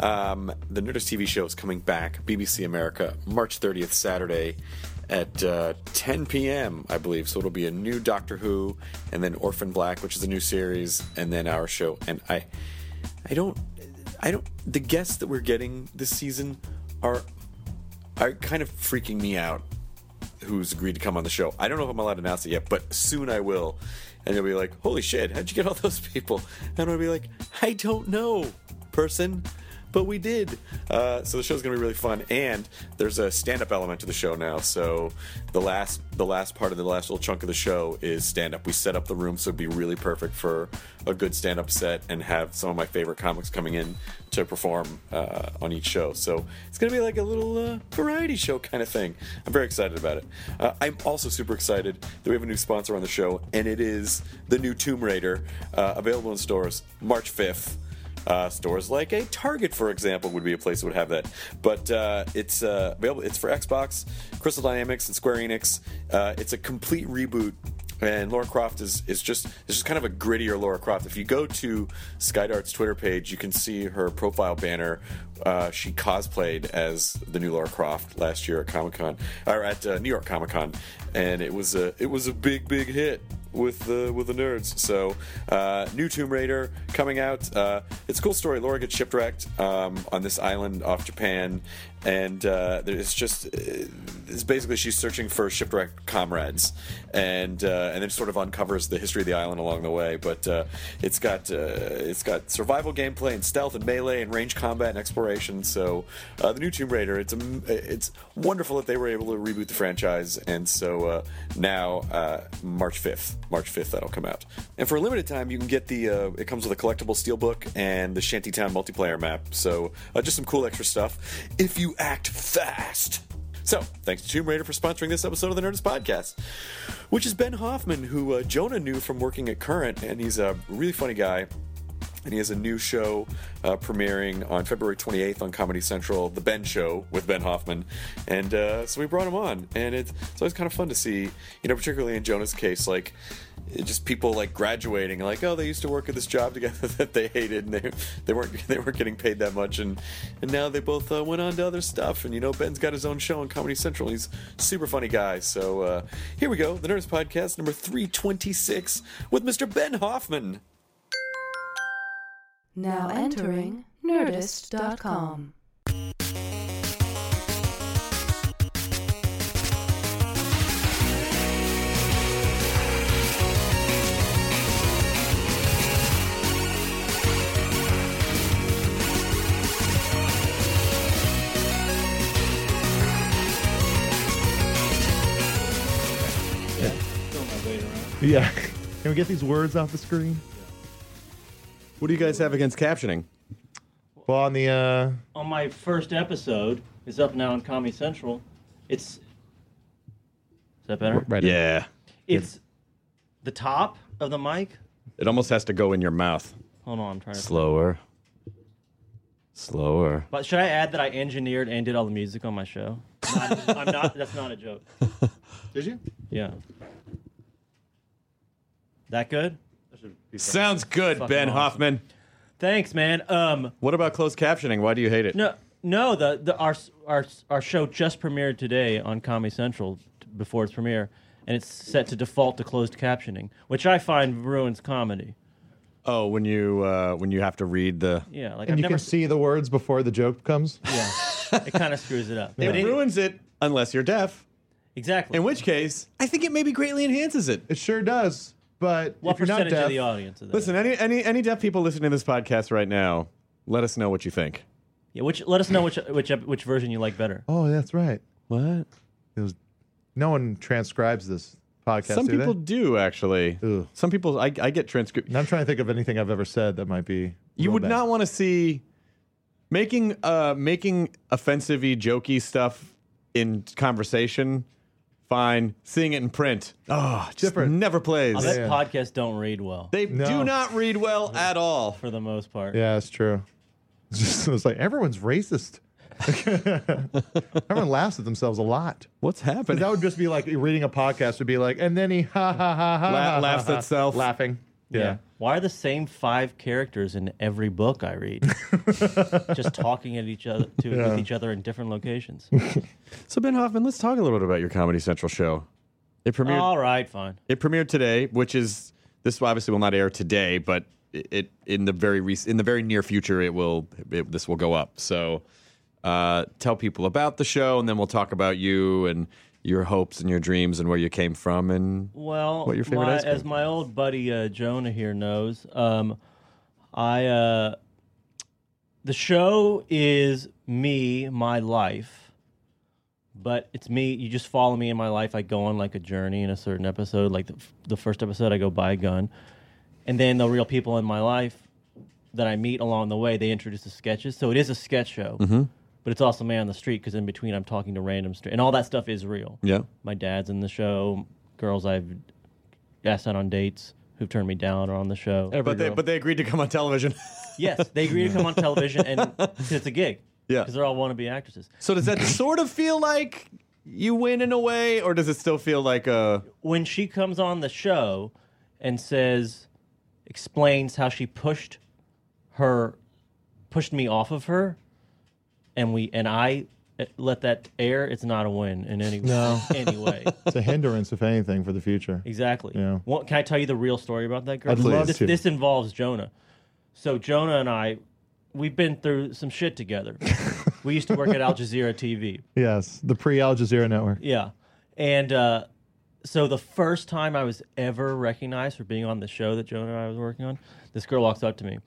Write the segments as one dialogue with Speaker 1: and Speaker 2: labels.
Speaker 1: Um, the Nerdist TV show is coming back, BBC America, March 30th, Saturday at uh, 10 p.m., I believe. So it'll be a new Doctor Who, and then Orphan Black, which is a new series, and then our show. And I, I don't, I don't. The guests that we're getting this season are are kind of freaking me out. Who's agreed to come on the show? I don't know if I'm allowed to announce it yet, but soon I will. And they'll be like, "Holy shit! How'd you get all those people?" And I'll be like, "I don't know, person." but we did. Uh, so the show's gonna be really fun, and there's a stand-up element to the show now. So the last the last part of the last little chunk of the show is stand-up. We set up the room so it'd be really perfect for a good stand-up set, and have some of my favorite comics coming in to perform uh, on each show. So it's gonna be like a little uh, variety show kind of thing. I'm very excited about it. Uh, I'm also super excited that we have a new sponsor on the show, and it is the new Tomb Raider, uh, available in stores March 5th. Uh, stores like a Target, for example, would be a place that would have that. But uh, it's uh, available. It's for Xbox, Crystal Dynamics, and Square Enix. Uh, it's a complete reboot. And Laura Croft is, is just it's just kind of a grittier Laura Croft. If you go to Skydart's Twitter page, you can see her profile banner. Uh, she cosplayed as the new Laura Croft last year at Comic Con or at uh, New York Comic Con, and it was a it was a big big hit with the with the nerds. So, uh, new Tomb Raider coming out. Uh, it's a cool story. Laura gets shipwrecked um, on this island off Japan, and uh, it's just it's basically she's searching for shipwrecked comrades, and uh, and then sort of uncovers the history of the island along the way. But uh, it's got uh, it's got survival gameplay and stealth and melee and range combat and exploration. So, uh, the new Tomb Raider. It's a, it's wonderful that they were able to reboot the franchise, and so uh, now uh, March fifth. March 5th that'll come out. And for a limited time, you can get the. Uh, it comes with a collectible steelbook and the Shantytown multiplayer map. So uh, just some cool extra stuff if you act fast. So thanks to Tomb Raider for sponsoring this episode of the Nerdist Podcast, which is Ben Hoffman, who uh, Jonah knew from working at Current, and he's a really funny guy and he has a new show uh, premiering on February 28th on Comedy Central, The Ben Show with Ben Hoffman, and uh, so we brought him on, and it's, it's always kind of fun to see, you know, particularly in Jonah's case, like just people like graduating, like oh they used to work at this job together that they hated, and they they weren't they weren't getting paid that much, and and now they both uh, went on to other stuff, and you know Ben's got his own show on Comedy Central, he's super funny guy, so uh, here we go, the Nerds Podcast number 326 with Mr. Ben Hoffman.
Speaker 2: Now entering Nerdist.com.
Speaker 3: Yeah. Can we get these words off the screen?
Speaker 4: What do you guys have against captioning?
Speaker 3: Well, on the uh,
Speaker 5: on my first episode is up now on Comedy Central. It's is that better?
Speaker 4: Right.
Speaker 1: Yeah.
Speaker 5: It's the top of the mic.
Speaker 4: It almost has to go in your mouth.
Speaker 5: Hold on, I'm trying to
Speaker 6: Slower.
Speaker 7: Slower.
Speaker 5: But should I add that I engineered and did all the music on my show? Not- I'm not. That's not a joke.
Speaker 1: Did you?
Speaker 5: Yeah. That good?
Speaker 7: Sounds good,
Speaker 5: Fucking
Speaker 7: Ben
Speaker 5: awesome.
Speaker 7: Hoffman.
Speaker 5: Thanks, man. Um,
Speaker 7: What about closed captioning? Why do you hate it?
Speaker 5: no, no. The the our our our show just premiered today on Comedy Central t- before its premiere, and it's set to default to closed captioning, which I find ruins comedy.
Speaker 7: Oh, when you uh, when you have to read the
Speaker 5: Yeah, like
Speaker 3: And
Speaker 5: I've
Speaker 3: you
Speaker 5: never.
Speaker 3: can see the words before the joke comes.
Speaker 5: yeah, it kind of screws it up.
Speaker 7: it ruins it unless you're deaf.
Speaker 5: Exactly.
Speaker 7: In which case, I think it maybe greatly enhances it.
Speaker 3: It sure does. But
Speaker 5: what
Speaker 3: if you're not
Speaker 5: percentage
Speaker 3: deaf,
Speaker 5: of the audience? Is that?
Speaker 7: Listen, any any any deaf people listening to this podcast right now, let us know what you think.
Speaker 5: Yeah, which let us know which which ep- which version you like better.
Speaker 3: oh, that's right.
Speaker 7: What?
Speaker 3: It was, no one transcribes this podcast.
Speaker 7: Some
Speaker 3: do they?
Speaker 7: people do actually.
Speaker 3: Ugh.
Speaker 7: Some people, I, I get transcript.
Speaker 3: And I'm trying to think of anything I've ever said that might be.
Speaker 7: you
Speaker 3: real
Speaker 7: would
Speaker 3: bad.
Speaker 7: not want to see making uh making offensive jokey stuff in conversation fine seeing it in print oh just
Speaker 3: Different.
Speaker 7: never plays
Speaker 5: I bet
Speaker 3: Yeah.
Speaker 5: podcasts don't read well
Speaker 7: they do
Speaker 3: No.
Speaker 7: not read well at all
Speaker 5: for the most part.
Speaker 3: Yeah, that's true. It's just it's like everyone's racist. Everyone laughs at themselves a lot.
Speaker 7: what's
Speaker 3: But
Speaker 7: happening
Speaker 3: that would just be like reading a podcast would be like, and then he ha ha ha ha,
Speaker 7: La-
Speaker 3: ha,
Speaker 7: laughs
Speaker 3: ha, ha,"
Speaker 7: itself.
Speaker 3: laughing. Yeah.
Speaker 5: Why are the same five characters in every book I read? Just talking at each other to with each other in different locations.
Speaker 7: so ben hoffman let's talk a little bit about your comedy central show it premiered
Speaker 5: All right, fine.
Speaker 7: it premiered today which is this obviously will not air today but it, it in the very rec- in the very near future it will it, this will go up so uh, tell people about the show and then we'll talk about you and your hopes and your dreams and where you came from and
Speaker 5: Well,
Speaker 7: What your favorite
Speaker 5: my,
Speaker 7: ice cream
Speaker 5: as my old buddy uh, Jonah here knows, um, I uh, the show is me, my life, but it's me. You just follow me in my life. I go on like a journey in a certain episode. Like the, f- the first episode, I go buy a gun, and then the real people in my life that I meet along the way, they introduce the sketches. So it is a sketch show.
Speaker 7: Mm-hmm.
Speaker 5: But it's also man on the street because in between I'm talking to random stra- and all that stuff is real
Speaker 7: yeah
Speaker 5: my dad's in the show. Girls I've asked out on dates who've turned me down are on the show.
Speaker 7: but they but they agreed to come on television
Speaker 5: Yes, they agree to come on television, and 'cause it's a gig.
Speaker 7: Yeah.
Speaker 5: because they're all wannabe actresses.
Speaker 7: so does that sort of feel like you win in a way or does it still feel like a
Speaker 5: When she comes on the show and says, explains how she pushed her, pushed me off of her, and we and I eh, let that air. It's not a win in any
Speaker 3: No.
Speaker 5: any way.
Speaker 3: It's a hindrance, if anything, for the future.
Speaker 5: Exactly.
Speaker 3: Yeah.
Speaker 5: What, can I tell you the real story about that girl?
Speaker 3: I'd love
Speaker 5: this,
Speaker 3: to.
Speaker 5: this involves Jonah. So Jonah and I, we've been through some shit together. we used to work at Al Jazeera TV.
Speaker 3: Yes, the pre Al Jazeera network.
Speaker 5: Yeah. And uh, so the first time I was ever recognized for being on the show that Jonah and I was working on, this girl walks up to me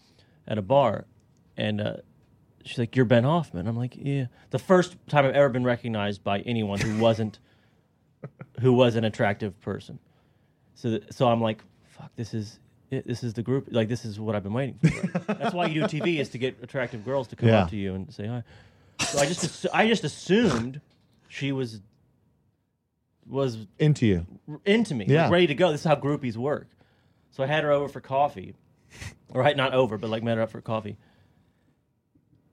Speaker 5: at a bar and uh, she's like, You're Ben Hoffman. I'm like, Yeah. The first time I've ever been recognized by anyone who wasn't who was an attractive person. So th- so I'm like, fuck, this is it. this is the group. Like this is what I've been waiting for. That's why you do TV is to get attractive girls to come
Speaker 3: Yeah.
Speaker 5: up to you and say hi. So I just assu- I just assumed she was was
Speaker 3: Into you.
Speaker 5: into me, like,
Speaker 3: Yeah.
Speaker 5: ready to go. This is how groupies work. So I had her over for coffee, or right, not over, but like met her up for coffee.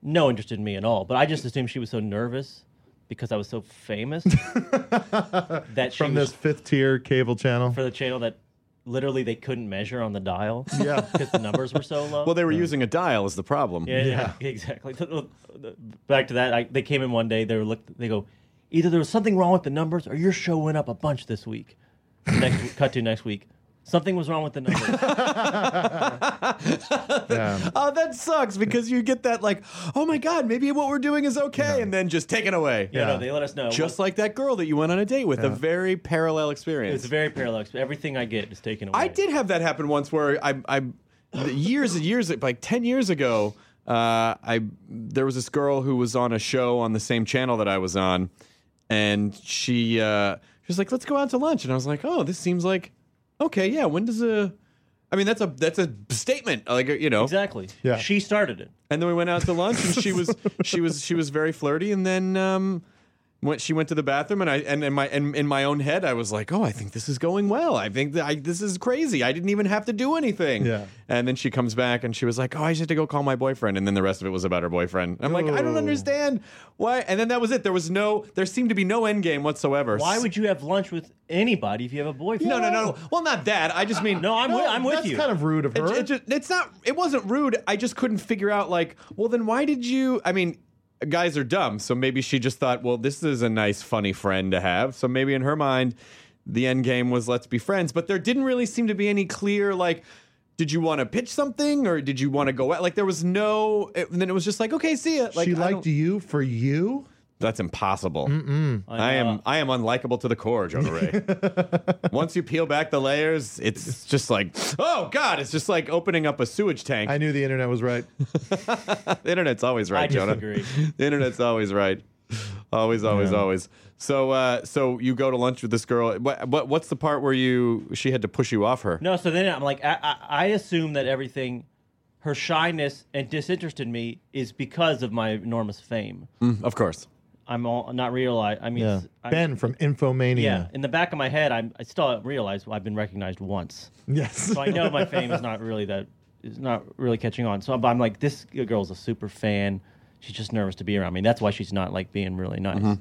Speaker 5: No interest in me at all, but I just assumed she was so nervous because I was so famous that she
Speaker 3: From
Speaker 5: was
Speaker 3: this fifth tier cable channel.
Speaker 5: for the channel that literally they couldn't measure on the dial
Speaker 3: Yeah.
Speaker 5: because the numbers were so low.
Speaker 7: well they were using a dial is the problem
Speaker 5: yeah, yeah, exactly. Back to that, I, they came in one day. They were looked. They go, either there was something wrong with the numbers, or your show went up a bunch this week. Next, cut to next week. Something was wrong with the numbers.
Speaker 3: Yeah.
Speaker 7: Oh, that sucks because you get that like, oh my god, maybe what we're doing is okay, and then just take it away.
Speaker 5: yeah, no, they let us know.
Speaker 7: Just like that girl that you went on a date with, a very parallel
Speaker 5: it
Speaker 7: experience.
Speaker 5: was very parallax. Everything I get is taken away.
Speaker 7: I did have that happen once where I, I years and years, like ten years ago, uh, I there was this girl who was on a show on the same channel that I was on, and she uh, she was like, "Let's go out to lunch," and I was like, "Oh, this seems like okay, yeah. When does a I mean that's a that's a statement like you know
Speaker 5: exactly.
Speaker 3: Yeah.
Speaker 5: she started it.
Speaker 7: and then we went out to lunch and she was she was she was very flirty and then um went she went to the bathroom and I and in my and in my own head I was like, "Oh, I think this is going well. I think that I, this is crazy. I didn't even have to do anything."
Speaker 3: Yeah.
Speaker 7: And then she comes back and she was like, "Oh, I just had to go call my boyfriend." And then the rest of it was about her boyfriend. And I'm like, "I don't
Speaker 3: Ooh.
Speaker 7: understand why." And then that was it. There was no there seemed to be no end game whatsoever.
Speaker 5: Why would you have lunch with anybody if you have a boyfriend?
Speaker 7: No, no, no. Well, not that. I just mean
Speaker 5: No, I'm with, I'm with
Speaker 3: That's
Speaker 5: you.
Speaker 3: kind of rude of
Speaker 7: It,
Speaker 3: her.
Speaker 7: it just, it's not. It wasn't rude. I just couldn't figure out. Like, well, then why did you? I mean, guys are dumb. So maybe she just thought, well, this is a nice, funny friend to have. So maybe in her mind, the end game was let's be friends. But there didn't really seem to be any clear like. Did you want to pitch something, or did you want to go out? Like there was no. It, and then it was just like, okay, see ya. Like,
Speaker 3: she
Speaker 7: I
Speaker 3: liked
Speaker 7: don't-
Speaker 3: you for you.
Speaker 7: That's impossible. I
Speaker 5: know.
Speaker 7: am I am unlikable to the core, Jonah Ray. Once you peel back the layers, it's just like, oh God, it's just like opening up a sewage tank.
Speaker 3: I knew the internet was right.
Speaker 7: the internet's always right,
Speaker 5: I
Speaker 7: Jonah.
Speaker 5: disagree.
Speaker 7: The internet's always right. Always, always, always. So, uh, so you go to lunch with this girl. What, what, what's the part where you she had to push you off her?
Speaker 5: No, so then I'm like, I, I, I assume that everything, her shyness and disinterest in me is because of my enormous fame.
Speaker 7: Mm, of course.
Speaker 5: I'm all not realize. I mean,
Speaker 3: Yeah.
Speaker 5: I-
Speaker 3: ben from Infomania.
Speaker 5: Yeah, in the back of my head, I'm, I still haven't realized I've been recognized once,
Speaker 3: Yes.
Speaker 5: so I know my fame is not really that is not really catching on. So I'm, I'm like, this girl's a super fan. She's just nervous to be around me. That's why she's not like being really nice.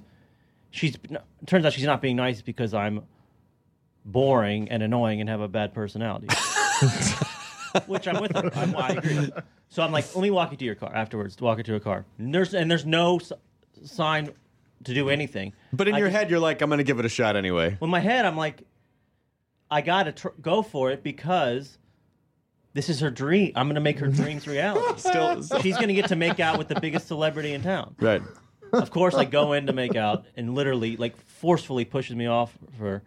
Speaker 5: She's no, it turns out she's not being nice because I'm boring and annoying and have a bad personality. Which I'm with her. I'm, I agree. So I'm like, let me walk you to your car afterwards. Walk her to her car. And there's and there's no s- sign to do anything.
Speaker 7: But in
Speaker 5: I
Speaker 7: your
Speaker 5: just-
Speaker 7: head, you're like, I'm gonna give it a shot anyway.
Speaker 5: well, in my head, I'm like, I gotta tr- go for it because this is her dream. I'm gonna make her dreams reality.
Speaker 7: Still,
Speaker 5: She's gonna get to make out with the biggest celebrity in town.
Speaker 7: right.
Speaker 5: Of course, I go in to make out and literally, like, forcefully pushes me off of her,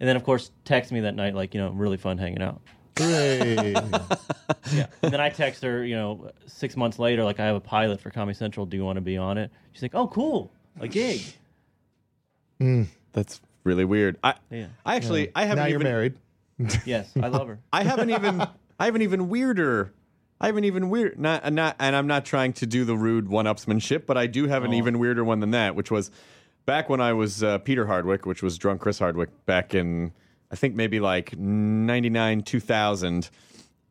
Speaker 5: and then of course texts me that night, like, you know, really fun hanging out.
Speaker 3: Hooray.
Speaker 5: Yeah. And then I text her, you know, six months later, like, I have a pilot for Comedy Central. Do you want to be on it? She's like, Oh, cool, a gig.
Speaker 7: That's really weird. I,
Speaker 5: Yeah.
Speaker 7: I actually, I haven't
Speaker 3: now you're
Speaker 7: even
Speaker 3: married.
Speaker 5: Yes, I love her.
Speaker 7: I haven't even I haven't even weirder. I haven't even weird not uh, not and I'm not trying to do the rude one-upsmanship, but I do have an
Speaker 3: Oh.
Speaker 7: even weirder one than that, which was back when I was uh, Peter Hardwick, which was drunk Chris Hardwick back in I think maybe like 99 2000.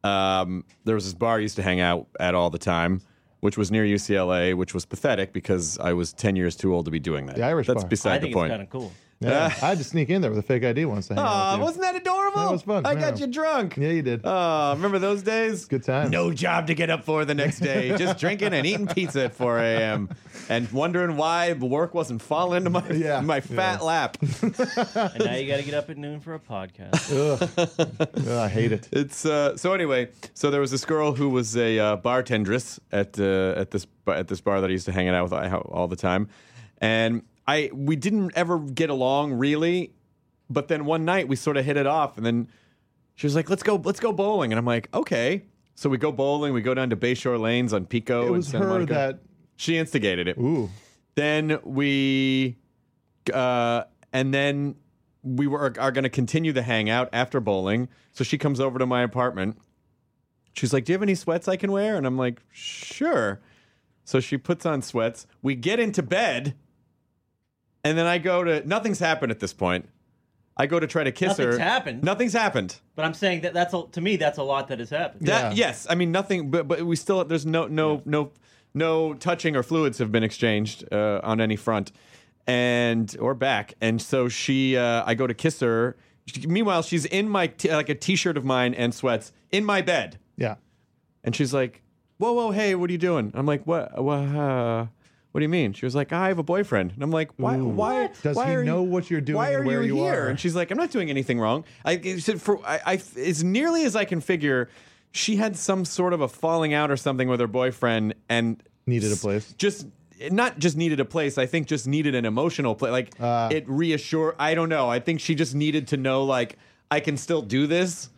Speaker 7: Um, there was this bar I used to hang out at all the time, which was near UCLA, which was pathetic because I was 10 years too old to be doing that.
Speaker 3: The Irish
Speaker 7: That's
Speaker 3: bar.
Speaker 7: beside
Speaker 5: I
Speaker 7: the
Speaker 5: think
Speaker 7: point.
Speaker 5: it's kind of cool.
Speaker 3: Yeah. I had to sneak in there with a fake ID once. to hang out
Speaker 7: Uh, Aw,
Speaker 3: with you.
Speaker 7: wasn't that adorable?
Speaker 3: That was fun,
Speaker 7: I got
Speaker 3: yeah.
Speaker 7: you drunk.
Speaker 3: Yeah, you did.
Speaker 7: Oh, remember those days?
Speaker 3: Good times.
Speaker 7: No job to get up for the next day. Just drinking and eating pizza at 4 a.m. and wondering why work wasn't falling into my
Speaker 3: Yeah.
Speaker 7: my fat lap.
Speaker 5: And now you got to get up at noon for a podcast.
Speaker 3: Ugh, I hate it.
Speaker 7: It's uh, so anyway. So there was this girl who was a uh, bartendress at uh, at this ba- at this bar that I used to hang out with all the time, and I we didn't ever get along really, but then one night we sort of hit it off, and then she was like, "Let's go, let's go bowling," and I'm like, "Okay." So we go bowling. We go down to Bayshore Lanes on Pico.
Speaker 3: It
Speaker 7: Oh, in
Speaker 3: was
Speaker 7: Santa
Speaker 3: her
Speaker 7: Monica.
Speaker 3: that.
Speaker 7: she instigated it.
Speaker 3: Ooh.
Speaker 7: Then we, uh, and then we were are going to continue the hangout after bowling. So she comes over to my apartment. She's like, "Do you have any sweats I can wear?" And I'm like, "Sure." So she puts on sweats. We get into bed, and then I go to nothing's happened at this point. I go to try to kiss
Speaker 5: Nothing's
Speaker 7: her.
Speaker 5: happened?
Speaker 7: Nothing's happened.
Speaker 5: But I'm saying that that's a, to me that's a lot that has happened.
Speaker 7: That
Speaker 3: Yeah.
Speaker 7: yes, I mean nothing, but but we still there's no no no no touching or fluids have been exchanged uh, on any front, and or back, and so she uh, I go to kiss her. She- Meanwhile, she's in my t- like a t-shirt of mine and sweats in my bed,
Speaker 3: Yeah.
Speaker 7: and she's like, "Whoa, whoa, hey, what are you doing?" I'm like, "What? What? Uh, what do you mean?" She was like, "I have a boyfriend," and I'm like, "Why? Why?
Speaker 3: Does
Speaker 7: why
Speaker 3: he
Speaker 7: are you-
Speaker 3: know what you're doing
Speaker 7: Why
Speaker 3: and
Speaker 7: are
Speaker 3: where
Speaker 7: you,
Speaker 3: you
Speaker 7: here?"
Speaker 3: are?
Speaker 7: And she's like, "I'm not doing anything wrong." I it said for I, I as nearly as I can figure, she had some sort of a falling out or something with her boyfriend and
Speaker 3: Needed a place.
Speaker 7: Just not just needed a place. I think just needed an emotional place. Like
Speaker 3: Ah.
Speaker 7: it reassure. I don't know. I think she just needed to know like I can still do this.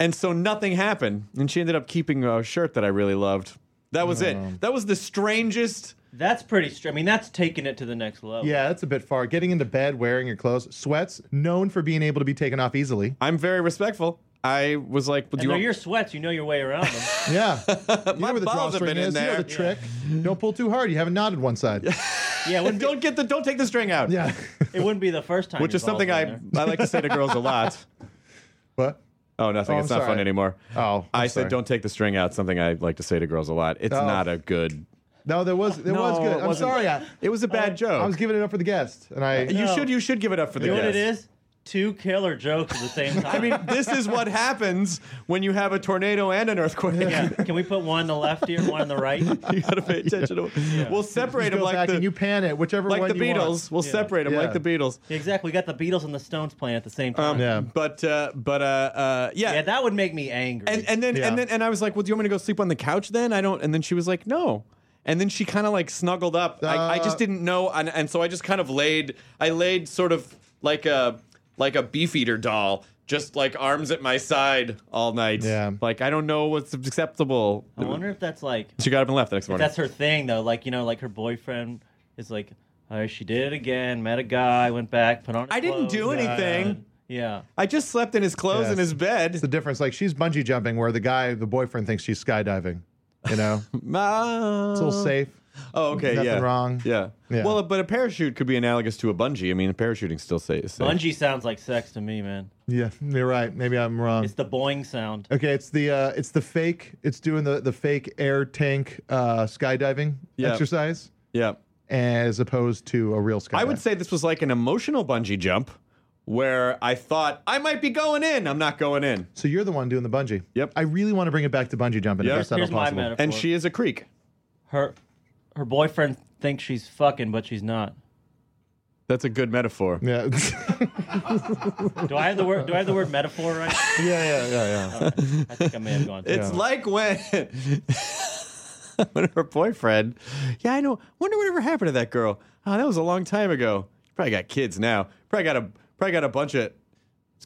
Speaker 7: And so nothing happened. And she ended up keeping a shirt that I really loved. That was
Speaker 3: Mm.
Speaker 7: it. That was the strangest.
Speaker 5: That's pretty str I mean, that's taking it to the next level.
Speaker 3: Yeah, that's a bit far. Getting into bed wearing your clothes, sweats, known for being able to be taken off easily.
Speaker 7: I'm very respectful. I was like, well,
Speaker 5: And
Speaker 7: do you
Speaker 5: they're
Speaker 7: want-
Speaker 5: your sweats. You know your way around them.
Speaker 3: Yeah. you know where the
Speaker 7: balls have
Speaker 3: drawstring
Speaker 7: been in
Speaker 3: is. You know
Speaker 7: there.
Speaker 3: the trick. Don't pull too hard. You haven't knotted one side.
Speaker 5: Yeah, it wouldn't be,
Speaker 7: don't get the don't take the string out.
Speaker 3: Yeah.
Speaker 5: it wouldn't be the first time.
Speaker 7: Which
Speaker 5: your
Speaker 7: is something
Speaker 5: ball's
Speaker 7: I,
Speaker 5: been
Speaker 7: I like to say to girls a lot.
Speaker 3: what?
Speaker 7: Oh, nothing.
Speaker 3: Oh,
Speaker 7: it's
Speaker 3: I'm
Speaker 7: not fun
Speaker 3: sorry.
Speaker 7: anymore.
Speaker 3: Oh,
Speaker 7: i
Speaker 3: I'm
Speaker 7: said
Speaker 3: sorry.
Speaker 7: don't take the string out. Something I like to say to girls a lot. It's
Speaker 3: Oh.
Speaker 7: not a good.
Speaker 3: No, there was there was
Speaker 7: No,
Speaker 3: good.
Speaker 7: it
Speaker 3: I'm
Speaker 7: wasn't.
Speaker 3: sorry. I,
Speaker 7: It was a bad joke.
Speaker 3: I was giving it up for the guest, and I
Speaker 7: you
Speaker 5: No.
Speaker 7: should you should give it up for the
Speaker 5: there. You know what it
Speaker 7: guest.
Speaker 5: is? Two killer jokes at the same time.
Speaker 7: I mean, this is what happens when you have a tornado and an earthquake.
Speaker 5: yeah. Can we put one on the left ear, one on the right?
Speaker 7: you gotta pay attention. to We'll separate
Speaker 3: go
Speaker 7: them like
Speaker 3: back
Speaker 7: the
Speaker 3: and you pan it, whichever
Speaker 7: like
Speaker 3: one
Speaker 7: the
Speaker 3: you want.
Speaker 7: Beatles. We'll
Speaker 5: Yeah.
Speaker 7: separate them
Speaker 3: Yeah.
Speaker 7: like the Beatles.
Speaker 5: Exactly. We got the Beatles and the Stones playing at the same time.
Speaker 3: Yeah.
Speaker 7: But uh, but uh, uh, yeah.
Speaker 5: yeah, that would make me angry.
Speaker 7: and and then
Speaker 3: Yeah.
Speaker 7: and then and I was like, well, do you want me to go sleep on the couch then? I don't. And then she was like, no. And then she kind of like snuggled up. I, I
Speaker 3: Uh.
Speaker 7: just didn't know, and, and so I just kind of laid. I laid sort of like a like a beefeater doll, just like arms at my side all night.
Speaker 3: Yeah.
Speaker 7: Like I don't know what's acceptable.
Speaker 5: I wonder if that's like
Speaker 7: She got up and left the next morning.
Speaker 5: that's her thing though. Like you know, like her boyfriend is like, oh, she did it again. Met a guy, went back, put on. his
Speaker 7: I didn't do
Speaker 5: clothes,
Speaker 7: anything.
Speaker 5: uh, Yeah.
Speaker 7: I just slept in his clothes
Speaker 3: Yes.
Speaker 7: in his bed.
Speaker 3: It's the difference. Like she's bungee jumping, where the guy, the boyfriend, thinks she's skydiving. You know, it's
Speaker 7: Ah.
Speaker 3: a little safe.
Speaker 7: Oh, okay.
Speaker 3: Nothing
Speaker 7: yeah.
Speaker 3: wrong.
Speaker 7: Yeah.
Speaker 3: Yeah.
Speaker 7: Well, but a parachute could be analogous to a bungee. I mean, parachuting still sa- is safe.
Speaker 5: Bungee sounds like sex to me, man.
Speaker 3: Yeah, you're right. Maybe I'm wrong.
Speaker 5: It's the boing sound.
Speaker 3: Okay, it's the uh, it's the fake. It's doing the the fake air tank uh, skydiving
Speaker 7: Yeah.
Speaker 3: exercise
Speaker 7: Yeah.
Speaker 3: as opposed to a real skydive.
Speaker 7: I would say this was like an emotional bungee jump where I thought I might be going in. I'm not going in.
Speaker 3: so. You're the one doing the bungee.
Speaker 7: Yep.
Speaker 3: I really want to bring it back to bungee jumping.
Speaker 7: Yep.
Speaker 3: If that's not
Speaker 5: Here's my
Speaker 3: possible.
Speaker 5: metaphor.
Speaker 7: And she is a creek.
Speaker 5: her her boyfriend thinks she's fucking, but she's not.
Speaker 7: That's a good metaphor.
Speaker 3: Yeah.
Speaker 5: Do I have the word? Do I have the word metaphor right?
Speaker 3: yeah. Yeah. Yeah. Yeah.
Speaker 5: I think I may have gone. Through.
Speaker 7: It's like when. When her boyfriend, yeah, I know. Wonder whatever happened to that girl. Oh, that was a long time ago. Probably got kids now. Probably got a probably got a bunch of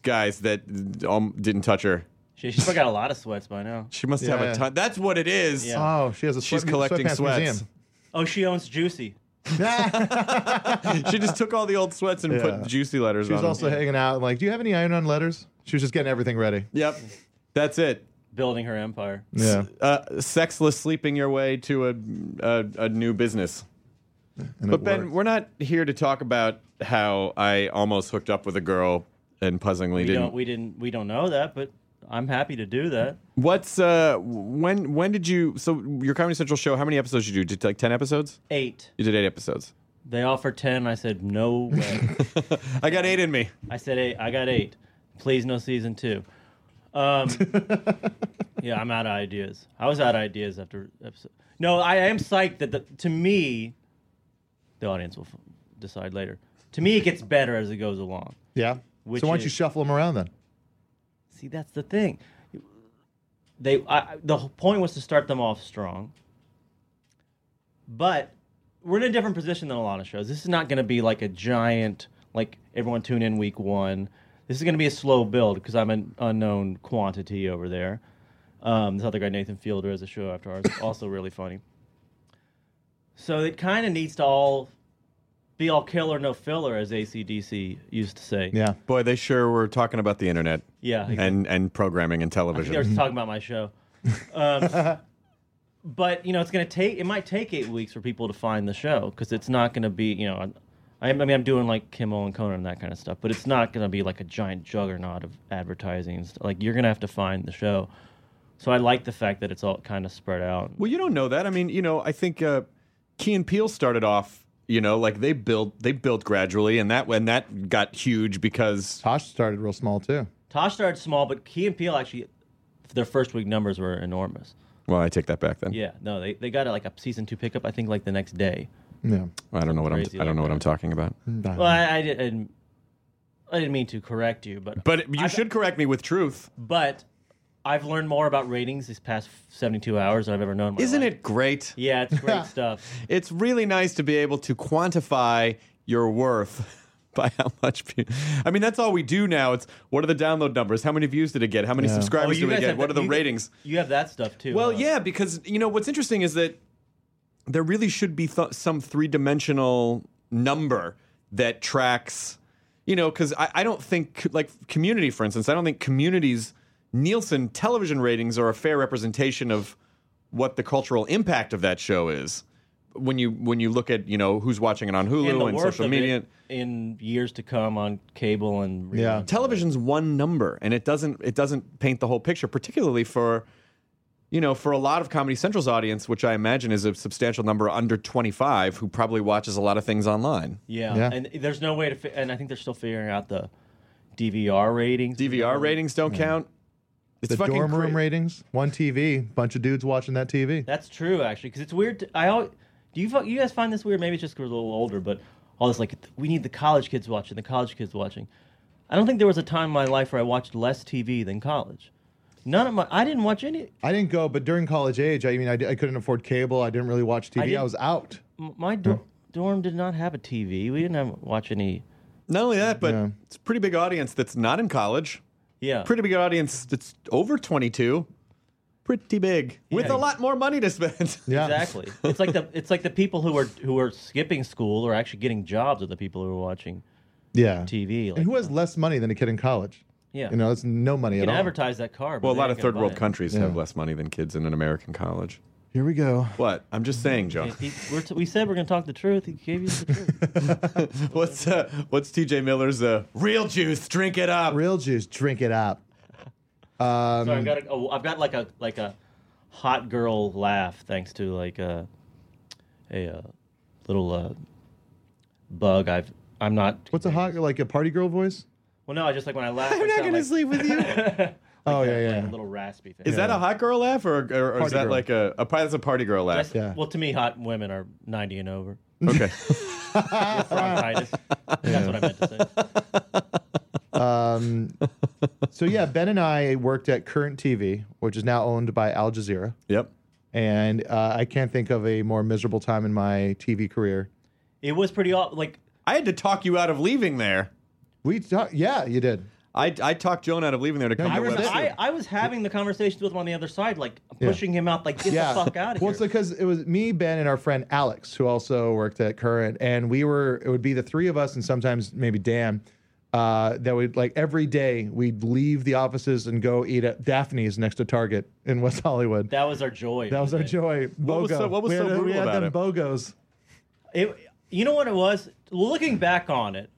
Speaker 7: guys that um, didn't touch her.
Speaker 5: She, she's probably got a lot of sweats by now.
Speaker 7: She must have
Speaker 3: Yeah.
Speaker 7: a ton. That's what it is.
Speaker 5: Yeah.
Speaker 3: Oh, she has a.
Speaker 7: She's
Speaker 3: sweat-
Speaker 7: collecting
Speaker 3: sweatpants
Speaker 7: sweats.
Speaker 3: museum.
Speaker 5: Oh, she owns Juicy.
Speaker 7: she just took all the old sweats and
Speaker 3: Yeah.
Speaker 7: put juicy letters
Speaker 3: She was
Speaker 7: on them.
Speaker 3: also hanging out. Like, do you have any iron on letters? She was just getting everything ready.
Speaker 7: Yep. That's it.
Speaker 5: building her empire.
Speaker 3: Yeah.
Speaker 7: Uh, sexless sleeping your way to a a, a new business.
Speaker 3: And
Speaker 7: But
Speaker 3: it
Speaker 7: Ben,
Speaker 3: worked.
Speaker 7: we're not here to talk about how I almost hooked up with a girl and puzzlingly
Speaker 5: We
Speaker 7: didn't.
Speaker 5: don't we didn't we don't know that, but I'm happy to do that.
Speaker 7: What's uh when when did you so your Comedy Central show? How many episodes did you do? Did you like ten episodes?
Speaker 5: Eight.
Speaker 7: You did eight episodes.
Speaker 5: They offer ten. I said no way.
Speaker 7: I got eight in me.
Speaker 5: I said eight. I got eight. Please no season two. Um, yeah, I'm out of ideas. I was out of ideas after episode. No, I am psyched that the, to me, the audience will f- decide later. To me, it gets better as it goes along.
Speaker 3: yeah.
Speaker 5: which
Speaker 3: So why don't you
Speaker 5: is-
Speaker 3: shuffle them around then?
Speaker 5: See, that's the thing. They, I, I- the whole point was to start them off strong, but we're in a different position than a lot of shows. This is not going to be like a giant, like everyone tune in week one. This is going to be a slow build because I'm an unknown quantity over there. Um, this other guy, Nathan Fielder, has a show after ours, also really funny. So it kind of needs to all be all killer, no filler, as ACDC used to say.
Speaker 3: Yeah.
Speaker 7: Boy, they sure were talking about the internet
Speaker 5: Yeah. exactly.
Speaker 7: and and programming and
Speaker 5: I think they
Speaker 7: television.
Speaker 5: were talking about my show. Um, but you know, it's gonna take. It might take eight weeks for people to find the show because it's not gonna be. You know, I'm- I, I mean, I'm doing like Kimmel and Conan and that kind of stuff, but it's not gonna be like a giant juggernaut of advertising. And stuff. Like you're gonna have to find the show. So I like the fact that it's all kind of spread out.
Speaker 7: Well, you don't know that. I mean, you know, I think uh, Key and Peele started off, you know, like they built they built gradually, and that when that got huge because
Speaker 3: Tosh started real small too.
Speaker 5: Tosh started small, but Key and Peele actually, their first week numbers were enormous.
Speaker 7: well, I take that back then.
Speaker 5: Yeah, no, they, they got it like a season two pickup. I think like the next day.
Speaker 3: Yeah.
Speaker 7: I don't know what I'm
Speaker 5: Crazy
Speaker 7: I don't know
Speaker 5: like
Speaker 7: what I'm talking about.
Speaker 3: Hmm.
Speaker 5: Well, I, I didn't. I didn't mean to correct you, but
Speaker 7: But you should correct me with truth.
Speaker 5: But I've learned more about ratings these past 72 hours than I've ever known. in my
Speaker 7: Isn't
Speaker 5: life.
Speaker 7: it great?
Speaker 5: Yeah, it's great stuff.
Speaker 7: It's really nice to be able to quantify your worth by how much. Pe- I mean, that's all we do now. It's what are the download numbers? How many views did it get? How many subscribers did it get?
Speaker 5: have
Speaker 7: What
Speaker 5: that-
Speaker 7: are the
Speaker 5: Oh, you-
Speaker 7: ratings?
Speaker 5: You have that stuff too.
Speaker 7: Well,
Speaker 5: huh?
Speaker 7: yeah, because you know what's interesting is that there really should be th- some three-dimensional number that tracks. You know, because I, I don't think like Community, for instance, I don't think Community's Nielsen television ratings are a fair representation of what the cultural impact of that show is. when you when you look at you know who's watching it on Hulu
Speaker 5: And
Speaker 7: and,
Speaker 5: the worth
Speaker 7: social
Speaker 5: of
Speaker 7: media.
Speaker 5: it in years to come on cable and
Speaker 3: Yeah.
Speaker 5: reruns.
Speaker 7: television's one number and it doesn't it doesn't paint the whole picture particularly for you know for a lot of comedy central's audience which i imagine is a substantial number under 25 who probably watches a lot of things online
Speaker 5: Yeah.
Speaker 3: Yeah.
Speaker 5: and there's no way to. Fi- and I think they're still figuring out the DVR ratings.
Speaker 7: dvr ratings don't count it's
Speaker 3: The
Speaker 7: fucking
Speaker 3: dorm room
Speaker 7: cra-
Speaker 3: ratings, one TV, bunch of dudes watching that TV.
Speaker 5: That's true, actually, because it's weird. To, I always, do you fu- you guys find this weird? Maybe it's just 'cause we're a little older, but all this like we need the college kids watching, the college kids watching. I don't think there was a time in my life where I watched less TV than college. None of my I didn't watch any.
Speaker 3: I didn't go, but during college age, I mean, I, di- I couldn't afford cable. I didn't really watch TV. I,
Speaker 5: didn't-
Speaker 3: was out.
Speaker 5: m- My dor- dorm did not have a TV. We didn't have, watch any.
Speaker 7: not only that but
Speaker 3: Yeah.
Speaker 7: it's a pretty big audience that's not in college
Speaker 5: Yeah,
Speaker 7: pretty big audience that's over 22 pretty big with
Speaker 5: Yeah.
Speaker 7: a lot more money to spend
Speaker 3: Yeah.
Speaker 5: exactly. it's like the it's like the people who are who are skipping school or actually getting jobs are the people who are watching
Speaker 3: Yeah.
Speaker 5: TV. Like,
Speaker 3: And who has less money than a kid in college?
Speaker 5: Yeah.
Speaker 3: You know, it's no money
Speaker 5: you
Speaker 3: at
Speaker 5: can
Speaker 3: all.
Speaker 5: advertise that car. but
Speaker 7: well a
Speaker 5: they
Speaker 7: lot
Speaker 5: ain't
Speaker 7: of
Speaker 5: gonna
Speaker 7: third
Speaker 5: buy
Speaker 7: world
Speaker 5: it.
Speaker 7: countries
Speaker 3: Yeah.
Speaker 7: have less money than kids in an american college
Speaker 3: Here we go.
Speaker 7: what i'm just saying john
Speaker 5: Yeah, he- we're t- we said we're going to talk the truth. He gave you the truth.
Speaker 7: What's uh, what's TJ Miller's uh, real juice? Drink it up.
Speaker 3: Real juice, drink it up. Um,
Speaker 5: Sorry, I've got a, oh, I've got like a like a hot girl laugh thanks to like a a uh, little uh, bug. I've I'm not.
Speaker 3: what's a hot like a party girl voice?
Speaker 5: Well, no, I just like when I laugh. I'm
Speaker 7: gonna with you.
Speaker 3: oh yeah, yeah.
Speaker 5: a little raspy thing.
Speaker 7: Is that a hot girl laugh or, or, or is
Speaker 3: Party
Speaker 7: that
Speaker 3: girl.
Speaker 7: like a, a probably that's a party girl laugh?
Speaker 5: That's-
Speaker 3: yeah.
Speaker 5: Well, to me, hot women are 90 and over.
Speaker 7: Okay.
Speaker 5: Bronchitis. That's what I meant to say.
Speaker 3: Um, so yeah, Ben and I worked at Current TV, which is now owned by Al Jazeera,
Speaker 7: yep.
Speaker 3: and uh, I can't think of a more miserable time in my TV career.
Speaker 5: It was pretty off. Like
Speaker 7: I had to talk you out of leaving there.
Speaker 3: We talk, yeah, you did.
Speaker 7: I, I talked Joan out of leaving there to come
Speaker 5: I
Speaker 7: to
Speaker 5: was,
Speaker 7: Web City.
Speaker 5: I, I was having the conversations with him on the other side, like
Speaker 3: Yeah.
Speaker 5: pushing him out, like get
Speaker 3: yeah.
Speaker 5: the fuck out of
Speaker 3: well, it's
Speaker 5: here.
Speaker 3: because it was me, Ben, and our friend Alex, who also worked at Current, and we were. It would be the three of us, and sometimes maybe Dan. Uh, that would like every day we'd leave the offices and go eat at Daphne's next to Target in West Hollywood. That,
Speaker 5: that was our joy.
Speaker 3: was our joy. Bogo.
Speaker 7: What was so- what was
Speaker 3: we
Speaker 7: so
Speaker 3: had, we
Speaker 7: brutal
Speaker 3: had
Speaker 7: about
Speaker 3: them
Speaker 7: it?
Speaker 3: Bogos.
Speaker 5: It, you know what it was? Looking back on it,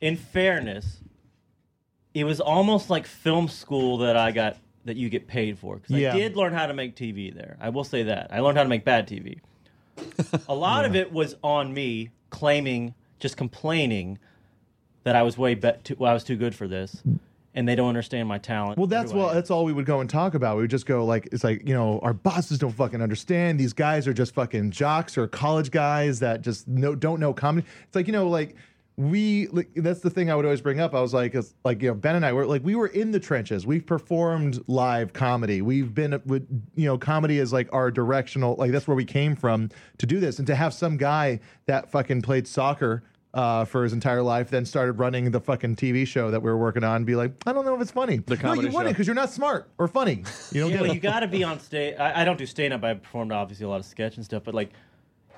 Speaker 5: in fairness, it was almost like film school that I got that you get paid for because
Speaker 3: Yeah.
Speaker 5: I did learn how to make TV there. I will say that I learned how to make bad TV. A lot of it was on me claiming, just complaining that I was way be- too, well, I was too good for this, and they don't understand my talent.
Speaker 3: Well, that's
Speaker 5: Who I
Speaker 3: well,
Speaker 5: am.
Speaker 3: that's all we would go and talk about. We would just go like, it's like you know, our bosses don't fucking understand. These guys are just fucking jocks or college guys that just no don't know comedy. It's like you know, like we like that's the thing I would always bring up. I was like, it's like you know, Ben and I were like we were in the trenches. We've performed live comedy. We've been with you know, comedy is like our directional. Like that's where we came from to do this, and to have some guy that fucking played soccer uh, for his entire life, then started running the fucking TV show that we were working on. And be like, I don't know if it's funny. no,
Speaker 7: comedy
Speaker 3: you wouldn't
Speaker 7: show.
Speaker 3: because you're not smart or funny. You don't
Speaker 5: Yeah,
Speaker 3: get
Speaker 5: well,
Speaker 3: it.
Speaker 5: you got to be on stage. I, I don't do stand up. I performed obviously a lot of sketch and stuff, but like,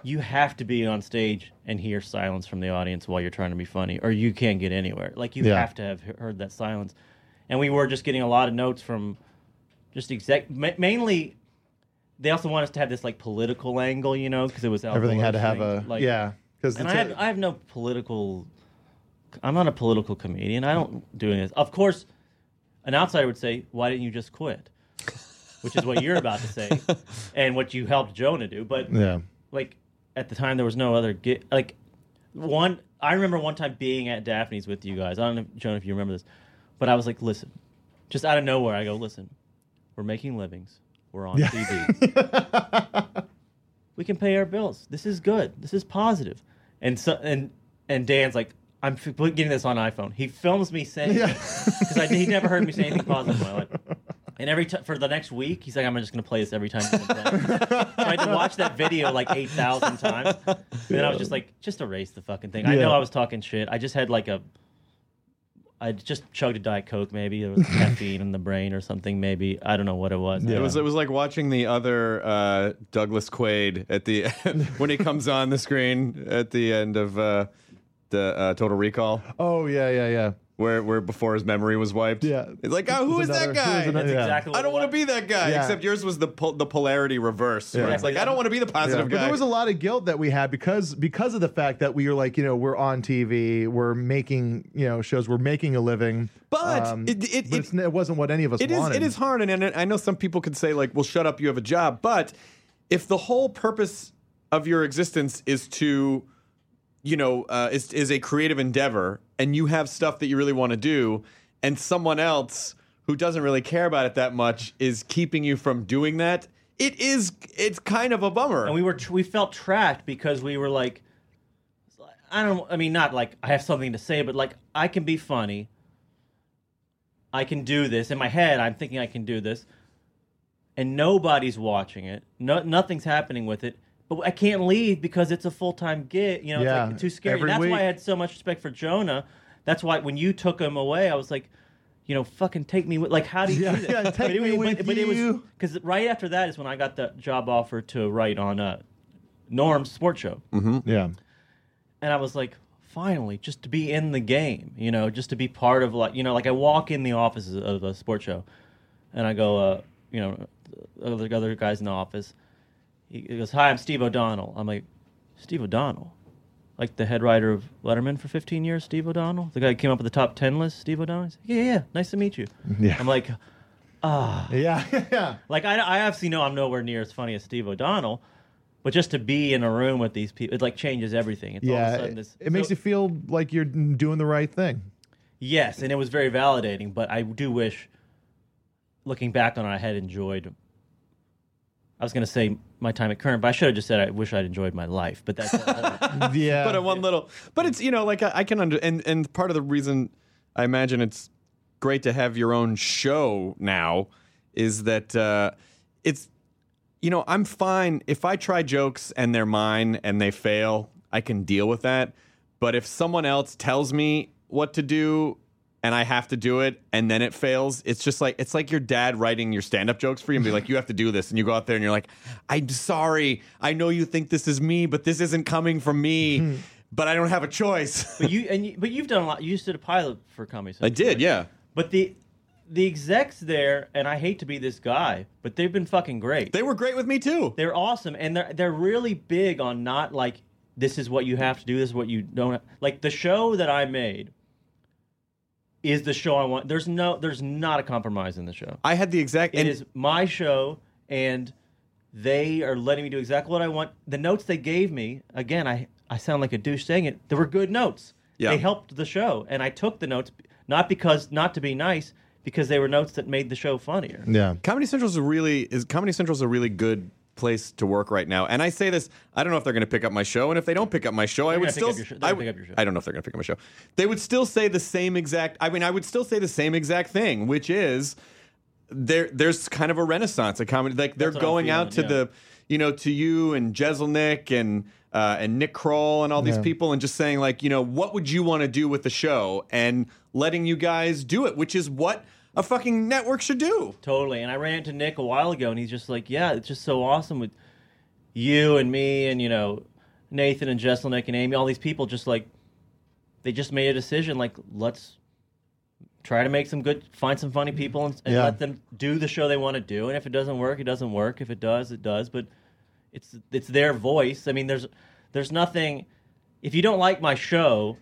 Speaker 5: you have to be on stage and hear silence from the audience while you're trying to be funny, or you can't get anywhere. Like, you
Speaker 3: Yeah.
Speaker 5: have to have he- heard that silence. And we were just getting a lot of notes from just exec, ma- mainly. They also want us to have this like political angle, you know, because it was Al
Speaker 3: Everything had to
Speaker 5: Gore's
Speaker 3: have
Speaker 5: thing.
Speaker 3: a
Speaker 5: like,
Speaker 3: yeah. Because
Speaker 5: and I have, I have no political. I'm not a political comedian. I don't do any of this. Of course, an outsider would say, "Why didn't you just quit?" Which is what you're about to say, and what you helped Jonah do. But
Speaker 3: yeah.
Speaker 5: like at the time, there was no other gi- like one. I remember one time being at Daphne's with you guys. I don't know, Jonah, if you remember this, but I was like, "Listen," just out of nowhere, I go, "Listen, we're making livings. We're on TV." we can pay our bills. This is good. This is positive. And so and and Dan's like, I'm f- getting this on iPhone. He films me saying because he never heard me say anything positive in my life. And every time for the next week, he's like, I'm just gonna play this every time. he's gonna play it." so I had to watch that video like eight thousand times. And then I was just like, just erase the fucking thing. I know I was talking shit. I just had like a. I just chugged a diet coke, maybe there was caffeine in the brain or something. Maybe I don't know what it was.
Speaker 7: It was it was like watching the other uh, Douglas Quaid at the when he comes on the screen at the end of uh, the uh, Total Recall.
Speaker 3: Oh yeah, yeah, yeah.
Speaker 7: where where before his memory was wiped.
Speaker 3: Yeah.
Speaker 7: it's like, oh, who is
Speaker 3: It's another-
Speaker 7: that guy?
Speaker 3: who's another-
Speaker 5: That's
Speaker 3: Yeah.
Speaker 5: exactly. What
Speaker 7: I don't want to be that guy.
Speaker 3: Yeah.
Speaker 7: Except yours was the pol- the polarity reverse. Where
Speaker 3: Yeah.
Speaker 7: it's like I don't want to be the
Speaker 3: Yeah,
Speaker 7: positive
Speaker 3: But
Speaker 7: guy.
Speaker 3: there was a lot of guilt that we had because because of the fact that we were like, you know, we're on TV, we're making, you know, shows, we're making a living. um,
Speaker 7: But it- it-
Speaker 3: but
Speaker 7: it-
Speaker 3: it's n- it wasn't what any of us
Speaker 7: it is
Speaker 3: wanted.
Speaker 7: it is hard, and, and I know some people could say like, well, shut up, you have a job. But if the whole purpose of your existence is to you know, uh, is is a creative endeavor, and you have stuff that you really want to do, and someone else who doesn't really care about it that much is keeping you from doing that. It is. It's kind of a bummer.
Speaker 5: and we were tr- we felt trapped because we were like i don't i mean not like i have something to say but like i can be funny i can do this in my head i'm thinking i can do this and nobody's watching it no, nothing's happening with it but i can't leave because it's a full-time gig you know
Speaker 3: Yeah,
Speaker 5: it's like too scary
Speaker 3: every
Speaker 5: that's why i
Speaker 3: week.
Speaker 5: had so much respect for jonah that's why when you took him away i was like you know, fucking take me with. Like, how do you
Speaker 3: Yeah,
Speaker 5: do that?
Speaker 3: yeah, take
Speaker 5: but it,
Speaker 3: me
Speaker 5: but-
Speaker 3: with
Speaker 5: but it was
Speaker 3: you.
Speaker 5: because right after that is when I got the job offer to write on uh, Norm's sports show,
Speaker 3: yeah.
Speaker 5: and I was like, finally, just to be in the game, you know, just to be part of like, you know, like I walk in the offices of a sports show, and I go, uh, you know, the other other guys in the office, he he goes, "Hi, I'm Steve O'Donnell." I'm like, Steve O'Donnell. Like the head writer of Letterman for 15 years, Steve O'Donnell, the guy who came up with the top 10 list, Steve O'Donnell. He's like, yeah, yeah, yeah, nice to meet you.
Speaker 3: Yeah.
Speaker 5: I'm like,
Speaker 3: Yeah. Yeah.
Speaker 5: like I, I obviously know I'm nowhere near as funny as Steve O'Donnell, but just to be in a room with these people, it like changes everything. It's all of a
Speaker 3: Yeah.
Speaker 5: sudden
Speaker 3: It,
Speaker 5: this.
Speaker 3: it makes
Speaker 5: so-
Speaker 3: you feel like you're doing the right thing.
Speaker 5: yes, and it was very validating. But I do wish, looking back on it, I had enjoyed. I was gonna say my time at Current, but I should have just said I wish I'd enjoyed my life. But that's
Speaker 3: Yeah.
Speaker 7: but a one little but it's you know like I, I can under and and part of the reason i imagine it's great to have your own show now is that uh it's you know i'm fine if i try jokes and they're mine and they fail i can deal with that but if someone else tells me what to do and I have to do it, and then it fails. It's just like it's like your dad writing your stand-up jokes for you and be like, "You have to do this," and you go out there and you're like, "I'm sorry, I know you think this is me, but this isn't coming from me, but I don't have a choice."
Speaker 5: but you and you, but you've done a lot. You just did a pilot for Comedy Central.
Speaker 7: I did,
Speaker 5: right?
Speaker 7: yeah.
Speaker 5: But the the execs there, and I hate to be this guy, but they've been fucking great.
Speaker 7: They were great with me too.
Speaker 5: they're awesome and they're they're really big on not like this is what you have to do this is what you don't have. like the show that i made is the show i want there's no there's not a compromise in the show
Speaker 7: I had the exact
Speaker 5: it
Speaker 7: and
Speaker 5: is my show and they are letting me do exactly what i want the notes they gave me again i i sound like a douche saying it they were good notes
Speaker 7: Yeah.
Speaker 5: they helped the show and i took the notes not because not to be nice because they were notes that made the show funnier
Speaker 3: yeah.
Speaker 7: Comedy Central's a really is Comedy Central's a really good place to work right now. And I say this, I don't know if they're going to pick up my show, and if they don't pick up my show, I
Speaker 5: They're
Speaker 7: would
Speaker 5: gonna pick
Speaker 7: still
Speaker 5: up your show. They're
Speaker 7: I,
Speaker 5: gonna pick up your show.
Speaker 7: I don't know if they're going to pick up my show. They would still say the same exact. I mean, I would still say the same exact thing, which is there. There's kind of a renaissance of comedy. Like they're
Speaker 5: That's what I'm
Speaker 7: going out to
Speaker 5: feeling, yeah.
Speaker 7: the, you know, to you and Jezelnik and. Uh, and Nick Kroll and all these
Speaker 3: Yeah.
Speaker 7: people, and just saying like, you know, what would you want to do with the show, and letting you guys do it, which is what a fucking network should do.
Speaker 5: Totally. And I ran into Nick a while ago, and he's just like, "Yeah, it's just so awesome with you and me, and you know, Nathan and Jesselnick and Amy, all these people. Just like they just made a decision, like let's try to make some good, find some funny people, and, and
Speaker 3: Yeah.
Speaker 5: let them do the show they want to do. And if it doesn't work, it doesn't work. If it does, it does. But it's it's their voice. I mean, there's there's nothing. If you don't like my show,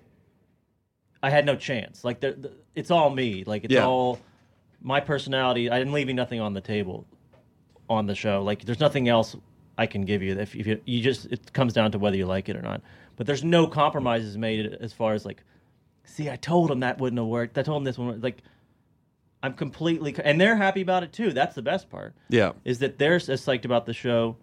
Speaker 5: I had no chance. Like the, the, it's all me. Like it's
Speaker 7: Yeah.
Speaker 5: all my personality. I'm leaving nothing on the table on the show. Like there's nothing else I can give you. If, if you, you just it comes down to whether you like it or not. But there's no compromises made as far as like, see, I told him that wouldn't have worked. I told him this one would-" like. I'm completely, co- and they're happy about it too. That's the best part.
Speaker 7: Yeah.
Speaker 5: is that they're as psyched about the show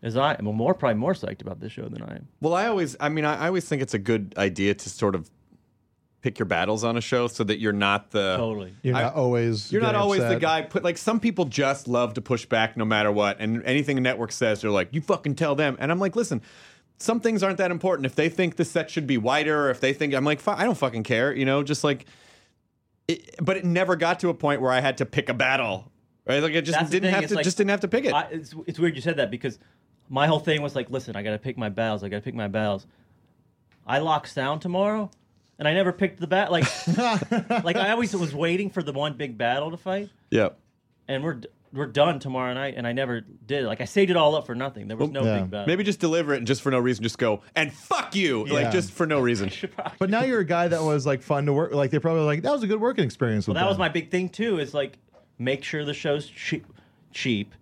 Speaker 5: as I am. Well, more probably more psyched about this show than I am.
Speaker 7: Well, I always, I mean, I, I always think it's a good idea to sort of pick your battles on a show so that you're not the
Speaker 5: Totally.
Speaker 3: You're
Speaker 7: I-
Speaker 3: not always.
Speaker 7: You're not
Speaker 3: getting
Speaker 7: always the
Speaker 3: upset.
Speaker 7: guy put like some people just love to push back no matter what and anything a network says they're like you fucking tell them and I'm like listen some things aren't that important if they think the set should be wider or if they think I'm like "Fi- I don't fucking care you know just like it, but it never got to a point where I had to pick a battle right like I just
Speaker 5: That's the
Speaker 7: didn't
Speaker 5: thing,
Speaker 7: have
Speaker 5: it's
Speaker 7: to
Speaker 5: like-
Speaker 7: just didn't have to pick it
Speaker 5: I, it's, it's weird you said that because my whole thing was like, listen, I got to pick my battles. I got to pick my battles. I lock sound tomorrow. and I never picked the bat. Like, like I always was waiting for the one big battle to fight,
Speaker 7: Yeah.
Speaker 5: and we're d- we're done tomorrow night, and I never did. Like I saved it all up for nothing. There was no
Speaker 3: yeah.
Speaker 5: big battle.
Speaker 7: Maybe just deliver it and just for no reason, just go and fuck you,
Speaker 3: Yeah.
Speaker 7: like just for no reason.
Speaker 3: But now you're a guy that was like fun to work. Like they're probably like that was a good working experience with
Speaker 5: Well, that was
Speaker 3: them."
Speaker 5: my big thing too. Is like make sure the show's cheap, cheap.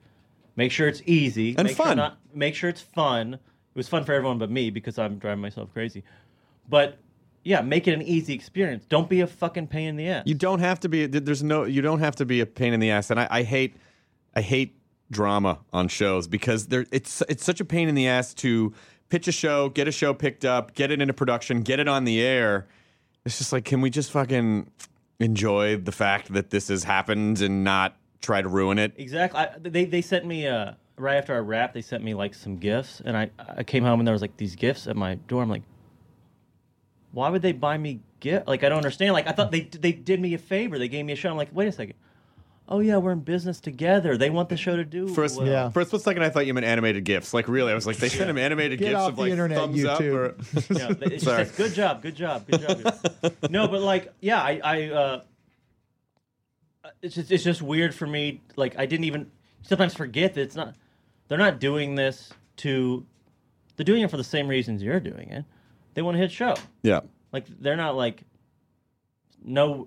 Speaker 5: Make sure it's easy
Speaker 7: And
Speaker 5: make Sure
Speaker 7: fun.
Speaker 5: not, make sure it's fun. It was fun for everyone but me because I'm driving myself crazy. But yeah, make it an easy experience. Don't be a fucking pain in the ass.
Speaker 7: You don't have to be. There's no. You don't have to be a pain in the ass. And I, I hate, I hate drama on shows because there. It's it's such a pain in the ass to pitch a show, get a show picked up, get it into production, get it on the air. It's just like, can we just fucking enjoy the fact that this has happened and not try to ruin it?
Speaker 5: Exactly. I, they they sent me uh right after I wrapped. They sent me like some gifts, and I I came home and there was like these gifts at my door. I'm like, why would they buy me gift? Like I don't understand. Like I thought they they did me a favor. They gave me a show. I'm like, wait a second. Oh yeah, we're in business together. They want the show to do
Speaker 7: First,
Speaker 5: well.
Speaker 3: Yeah.
Speaker 7: yeah. first, one second, I thought you meant animated gifs. Like, really, I was like, they sent him animated
Speaker 3: Get
Speaker 7: gifs
Speaker 3: off
Speaker 7: of
Speaker 3: the
Speaker 7: like
Speaker 3: internet,
Speaker 7: thumbs up. Or,
Speaker 3: YouTube.
Speaker 5: Yeah, it just
Speaker 7: Sorry.
Speaker 5: says, good job, good job, good job. no, but like, yeah, I, I, uh, it's just, it's just weird for me. Like, I didn't even sometimes forget that it's not. They're not doing this to. They're doing it for the same reasons you're doing it. They want to hit show.
Speaker 7: yeah,
Speaker 5: Like, they're not like. No,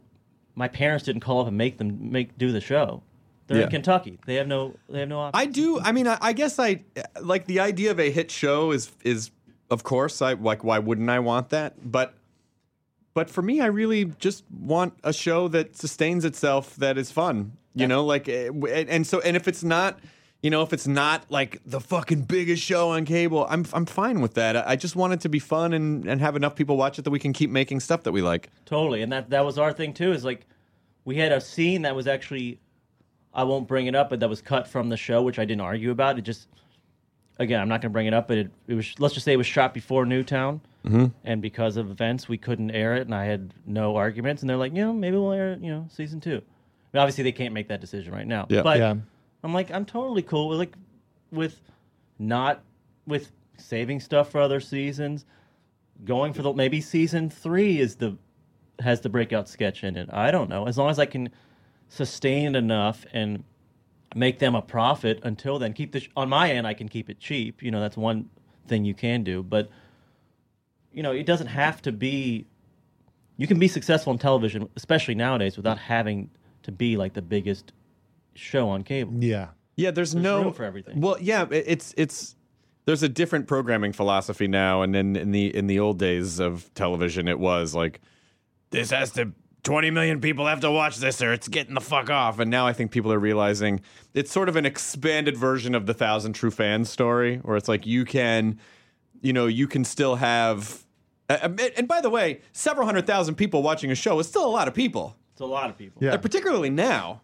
Speaker 5: my parents didn't call up and make them make do the show. They're
Speaker 7: Yeah.
Speaker 5: in Kentucky. They have no. They have no option.
Speaker 7: I do. I mean, I, I guess I like the idea of a hit show is is of course I like. Why wouldn't I want that? But but for me, I really just want a show that sustains itself, that is fun. You know, like eh, w- and, and so and if it's not. You know, if it's not like the fucking biggest show on cable, I'm I'm fine with that. I I just want it to be fun and, and have enough people watch it that we can keep making stuff that we like.
Speaker 5: Totally, and that that was our thing too. Is like we had a scene that was actually I won't bring it up, but that was cut from the show, which I didn't argue about. It just again, I'm not going to bring it up, but it, it was let's just say it was shot before Newtown, and because of events, we couldn't air it, and I had no arguments, and they're like, you know, maybe we'll air it, you know, season two. I mean, obviously, they can't make that decision right now,
Speaker 7: Yeah.
Speaker 5: but
Speaker 3: Yeah.
Speaker 5: I'm like, I'm totally cool with like with not with saving stuff for other seasons going for the maybe season three is the has the breakout sketch in it. I don't know. As long as I can sustain it enough and make them a profit until then, keep the sh- on my end. I can keep it cheap. You know, that's one thing you can do. But you know, it doesn't have to be. You can be successful in television, especially nowadays, without having to be like the biggest show on cable.
Speaker 3: yeah.
Speaker 7: Yeah, there's, no
Speaker 5: room for everything.
Speaker 7: Well, yeah, it, it's it's there's a different programming philosophy now, and in, in the in the old days of television, it was like this has to 20 million people have to watch this or it's getting the fuck off. And now I think people are realizing it's sort of an expanded version of the thousand true fans story, where it's like you can, you know, you can still have. uh, And and by the way, several hundred thousand people watching a show is still a lot of people,
Speaker 5: It's a lot of people.
Speaker 3: Yeah.
Speaker 7: particularly now.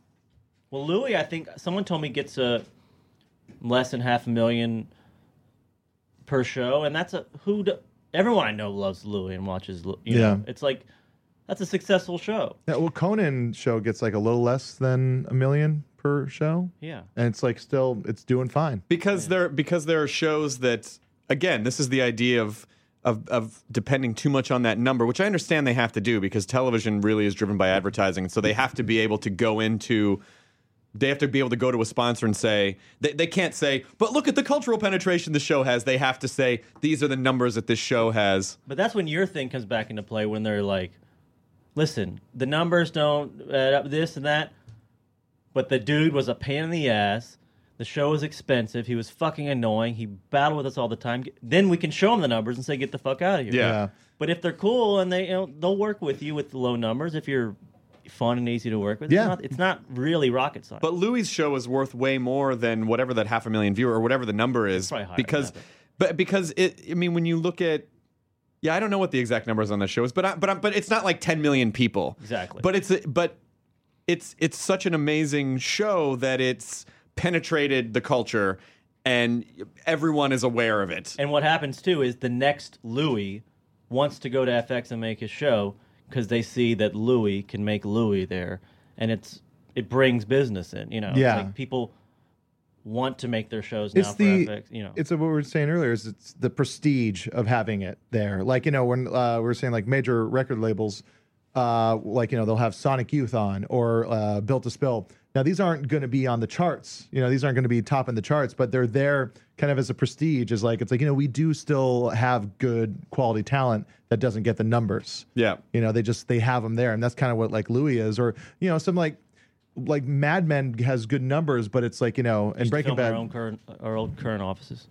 Speaker 5: Well, Louis, I think someone told me gets a less than half a million per show, and that's a who do, everyone I know loves Louis and watches. Lou- You
Speaker 3: Yeah.
Speaker 5: know, it's like that's a successful show.
Speaker 3: Yeah, well, Conan show gets like a little less than a million per show,
Speaker 5: Yeah,
Speaker 3: and it's like still it's doing fine.
Speaker 7: because there because there are shows that again this is the idea of of of depending too much on that number which i understand they have to do because television really is driven by advertising so they have to be able to go into they have to be able to go to a sponsor and say they, they can't say but look at the cultural penetration the show has they have to say these are the numbers that this show has
Speaker 5: but that's when your thing comes back into play when they're like, "Listen, the numbers don't add up, this and that." But the dude was a pain in the ass. The show was expensive. He was fucking annoying. He battled with us all the time. Then we can show him the numbers and say, "Get the fuck out of here."
Speaker 7: yeah,
Speaker 5: But if they're cool and they you know, they'll work with you with low numbers if you're fun and easy to work with.
Speaker 3: Yeah.
Speaker 5: It's not, it's not really rocket science.
Speaker 7: But Louis' show is worth way more than whatever that half a million viewer or whatever the number is,
Speaker 5: probably higher
Speaker 7: because,
Speaker 5: than
Speaker 7: but because it. I mean, when you look at, yeah, I don't know what the exact numbers on the show is, but I, but I, but it's not like ten million people
Speaker 5: Exactly.
Speaker 7: But it's but it's it's such an amazing show that it's penetrated the culture and everyone is aware of it.
Speaker 5: and what happens too is the next Louis wants to go to FX and make his show because they see that Louis can make Louis there, and it's it brings business in. You know, It's
Speaker 3: Yeah.
Speaker 5: like people want to make their shows now
Speaker 3: it's
Speaker 5: for
Speaker 3: the
Speaker 5: FX. You know,
Speaker 3: it's what we were saying earlier is it's the prestige of having it there like you know when uh, we were saying like major record labels uh, like you know they'll have sonic youth on or uh, built to spill now these aren't going to be on the charts you know these aren't going to be top in the charts but they're there kind of as a prestige is like it's like you know we do still have good quality talent that doesn't get the numbers
Speaker 7: Yeah.
Speaker 3: you know they just they have them there and that's kind of what like louis is or you know some like like mad men has good numbers but it's like you know and
Speaker 5: Used to
Speaker 3: breaking
Speaker 5: film our
Speaker 3: bad
Speaker 5: own current, our old current offices.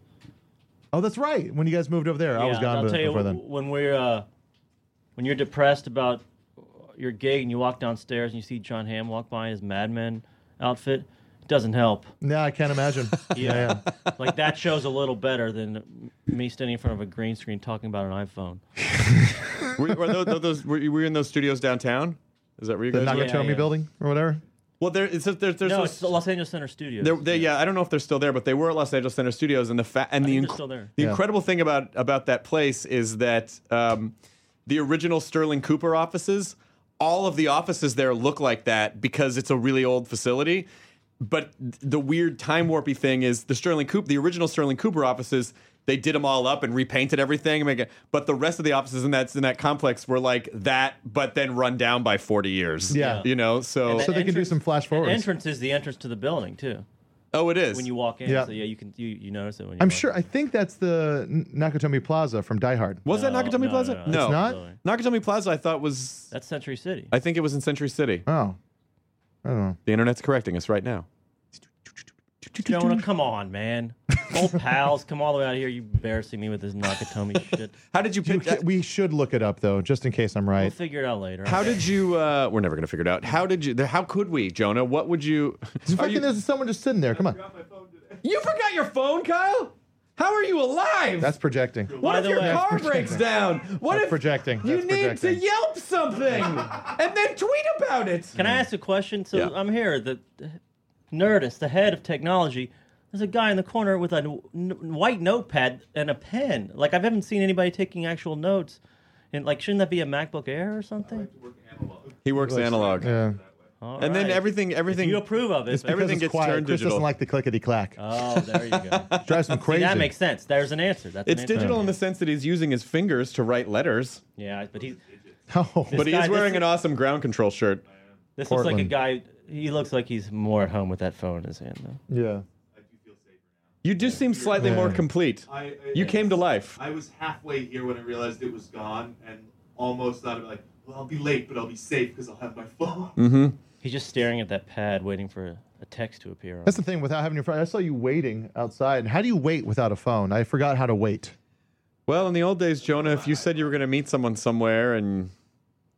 Speaker 3: Oh, that's right. When you guys moved over there, I was
Speaker 5: Yeah,
Speaker 3: gone
Speaker 5: I'll
Speaker 3: b-
Speaker 5: tell you,
Speaker 3: before then.
Speaker 5: when we're uh, when you're depressed about your gig and you walk downstairs and you see John Hamm walk by in his Mad Men outfit, it doesn't help.
Speaker 3: No, I can't imagine. yeah, yeah.
Speaker 5: like that show's a little better than me standing in front of a green screen talking about an iPhone.
Speaker 7: were, were tho- tho- those, were, you, were you in those studios downtown? Is that where you
Speaker 3: The
Speaker 7: guys were?
Speaker 3: Nakatomi
Speaker 5: yeah, yeah.
Speaker 3: building or whatever.
Speaker 7: Well, there, it's, there's, there's
Speaker 5: No,
Speaker 7: those-
Speaker 5: it's the Los Angeles Center Studios.
Speaker 7: They're, they, yeah, I don't know if they're still there, but they were at Los Angeles Center Studios, and the fa- and the
Speaker 5: think they're
Speaker 7: inc-
Speaker 5: still there.
Speaker 7: the
Speaker 3: Yeah.
Speaker 7: incredible thing about about that place is that um, the original Sterling Cooper offices, all of the offices there look like that because it's a really old facility. But th- the weird time warpy thing is the Sterling Cooper, the original Sterling Cooper offices. They did them all up and repainted everything. and make it- But the rest of the offices in that in that complex were like that, but then run down by forty years.
Speaker 3: Yeah.
Speaker 7: you know. So
Speaker 3: So they can do some flash
Speaker 5: The
Speaker 3: forwards.
Speaker 5: entrance is the entrance to the building too.
Speaker 7: oh, it is.
Speaker 5: When you walk in,
Speaker 3: Yeah.
Speaker 5: so yeah, you can you, you notice it when you
Speaker 3: I'm
Speaker 5: walk
Speaker 3: sure.
Speaker 5: in.
Speaker 3: I think that's the N- Nakatomi Plaza from Die Hard.
Speaker 7: was
Speaker 5: No,
Speaker 7: that Nakatomi
Speaker 5: no,
Speaker 7: Plaza?
Speaker 5: No, no,
Speaker 3: It's not?
Speaker 5: building.
Speaker 7: Nakatomi Plaza, I thought was.
Speaker 5: That's Century City.
Speaker 7: I think it was in Century City.
Speaker 3: Oh, I don't know.
Speaker 7: The internet's correcting us right now.
Speaker 5: Jonah, come on, man. Old pals, come all the way out here. You embarrassing me with this Nakatomi shit.
Speaker 7: How did you
Speaker 3: You
Speaker 7: pick
Speaker 3: ca-
Speaker 7: that?
Speaker 3: we should look it up though, just in case I'm
Speaker 5: We'll
Speaker 3: right.
Speaker 5: figure it out later.
Speaker 7: How did you? Uh, we're never gonna figure it out. How did you? How could we, Jonah? What would you? Are
Speaker 3: Fucking,
Speaker 7: you,
Speaker 3: there's someone just sitting there. Come on,
Speaker 7: you forgot your phone, Kyle. How are you alive?
Speaker 3: that's projecting.
Speaker 5: By
Speaker 7: what if
Speaker 5: the
Speaker 7: your
Speaker 5: way-
Speaker 7: car breaks down? What
Speaker 3: That's
Speaker 7: if
Speaker 3: projecting.
Speaker 7: you
Speaker 3: That's
Speaker 7: need
Speaker 3: projecting.
Speaker 7: to yelp something and then tweet about it?
Speaker 5: Can I ask a question? So
Speaker 7: Mm. Yeah.
Speaker 5: I'm here, the, the Nerdist, the head of technology. There's a guy in the corner with a n- n- white notepad and a pen. Like I haven't seen anybody taking actual notes. And like, shouldn't that be a MacBook Air or something?
Speaker 7: He works analog,
Speaker 3: Yeah.
Speaker 5: All
Speaker 7: and then
Speaker 5: right.
Speaker 7: everything,
Speaker 5: If
Speaker 7: everything.
Speaker 5: you approve of it.
Speaker 3: It's
Speaker 5: but-
Speaker 3: because
Speaker 7: Everything
Speaker 3: it's
Speaker 7: gets
Speaker 3: quiet.
Speaker 7: turned
Speaker 3: Chris
Speaker 7: digital.
Speaker 3: doesn't like the clickety clack.
Speaker 5: oh, there you go.
Speaker 3: Drives him
Speaker 5: See,
Speaker 3: crazy.
Speaker 5: that makes sense. There's an answer. That's
Speaker 7: It's
Speaker 5: an answer.
Speaker 7: digital in the sense that he's using his fingers to write letters,
Speaker 5: Yeah, but he's
Speaker 3: Oh,
Speaker 7: but he
Speaker 5: guy-
Speaker 7: is
Speaker 5: this
Speaker 7: wearing
Speaker 5: is-
Speaker 7: an awesome ground control shirt.
Speaker 5: this looks like a guy. He looks like he's more at home with that phone in his hand though.
Speaker 3: yeah.
Speaker 7: You do seem slightly more complete.
Speaker 6: I, I,
Speaker 7: You came to life.
Speaker 6: I was halfway here when I realized it was gone, and almost thought of like, well, I'll be late, but I'll be safe because I'll have my phone.
Speaker 3: Mm.
Speaker 5: He's just staring at that pad, waiting for a, a text to appear. On.
Speaker 3: That's the thing. Without having your phone, I saw you waiting outside. And how do you wait without a phone? I forgot how to wait.
Speaker 7: Well, in the old days, Jonah, if you said you were going to meet someone somewhere and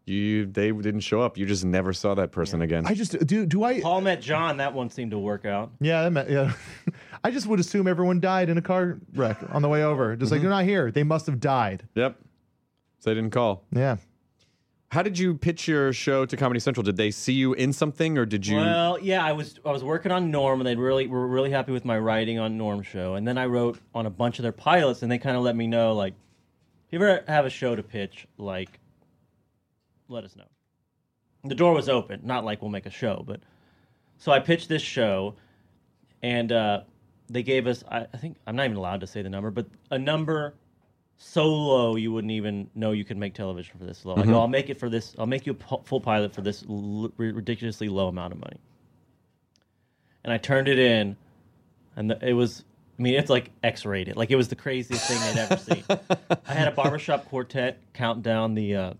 Speaker 7: you they didn't show up, you just never saw that person again.
Speaker 3: I just do. Do I?
Speaker 5: Paul met John. That one seemed to work out.
Speaker 3: Yeah, that meant, yeah. I just would assume everyone died in a car wreck on the way over. Just like they're not here, they must have died.
Speaker 7: yep. So they didn't call.
Speaker 3: Yeah,
Speaker 7: How did you pitch your show to Comedy Central? Did they see you in something or did you
Speaker 5: Well, yeah, I was I was working on Norm, and they really were really happy with my writing on Norm show. And then I wrote on a bunch of their pilots, and they kind of let me know like, if you ever have a show to pitch, like, let us know. The door was open, not like we'll make a show, but so I pitched this show, and uh, they gave us I, I think I'm not even allowed to say the number, but a number so low you wouldn't even know you could make television for this low. I go, I'll make it for this. I'll make you a pu- full pilot for this l- ri- ridiculously low amount of money. And I turned it in, and the, it was. I mean, it's like X-rated. Like it was the craziest thing they'd ever seen. I had a barbershop quartet count down the uh,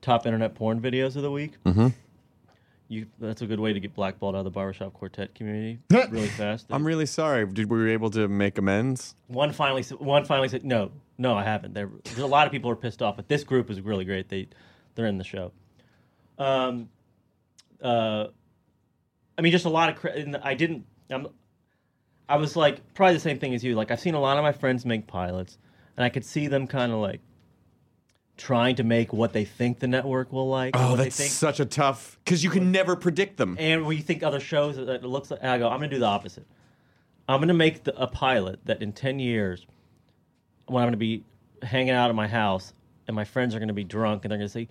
Speaker 5: top internet porn videos of the week. Mm-hmm. You, that's a good way to get blackballed out of the barbershop quartet community really fast.
Speaker 7: I'm really sorry. Did were you able to make amends?
Speaker 5: One finally, said, one finally said, "No, no, I haven't." There, there's a lot of people are pissed off, but this group is really great. They, they're in the show. Um, uh, I mean, just a lot of. Cra- and I didn't. I'm, I was like probably the same thing as you. Like I've seen a lot of my friends make pilots, and I could see them kind of like trying to make what they think the network will like. or
Speaker 7: Oh,
Speaker 5: what they
Speaker 7: that's
Speaker 5: think
Speaker 7: such a tough cuz you can never predict them.
Speaker 5: and when you think other shows that it looks like, I go, I'm gonna do the opposite. I'm gonna make the, a pilot that in ten years, when I'm gonna be hanging out at my house and my friends are gonna be drunk and they're gonna say,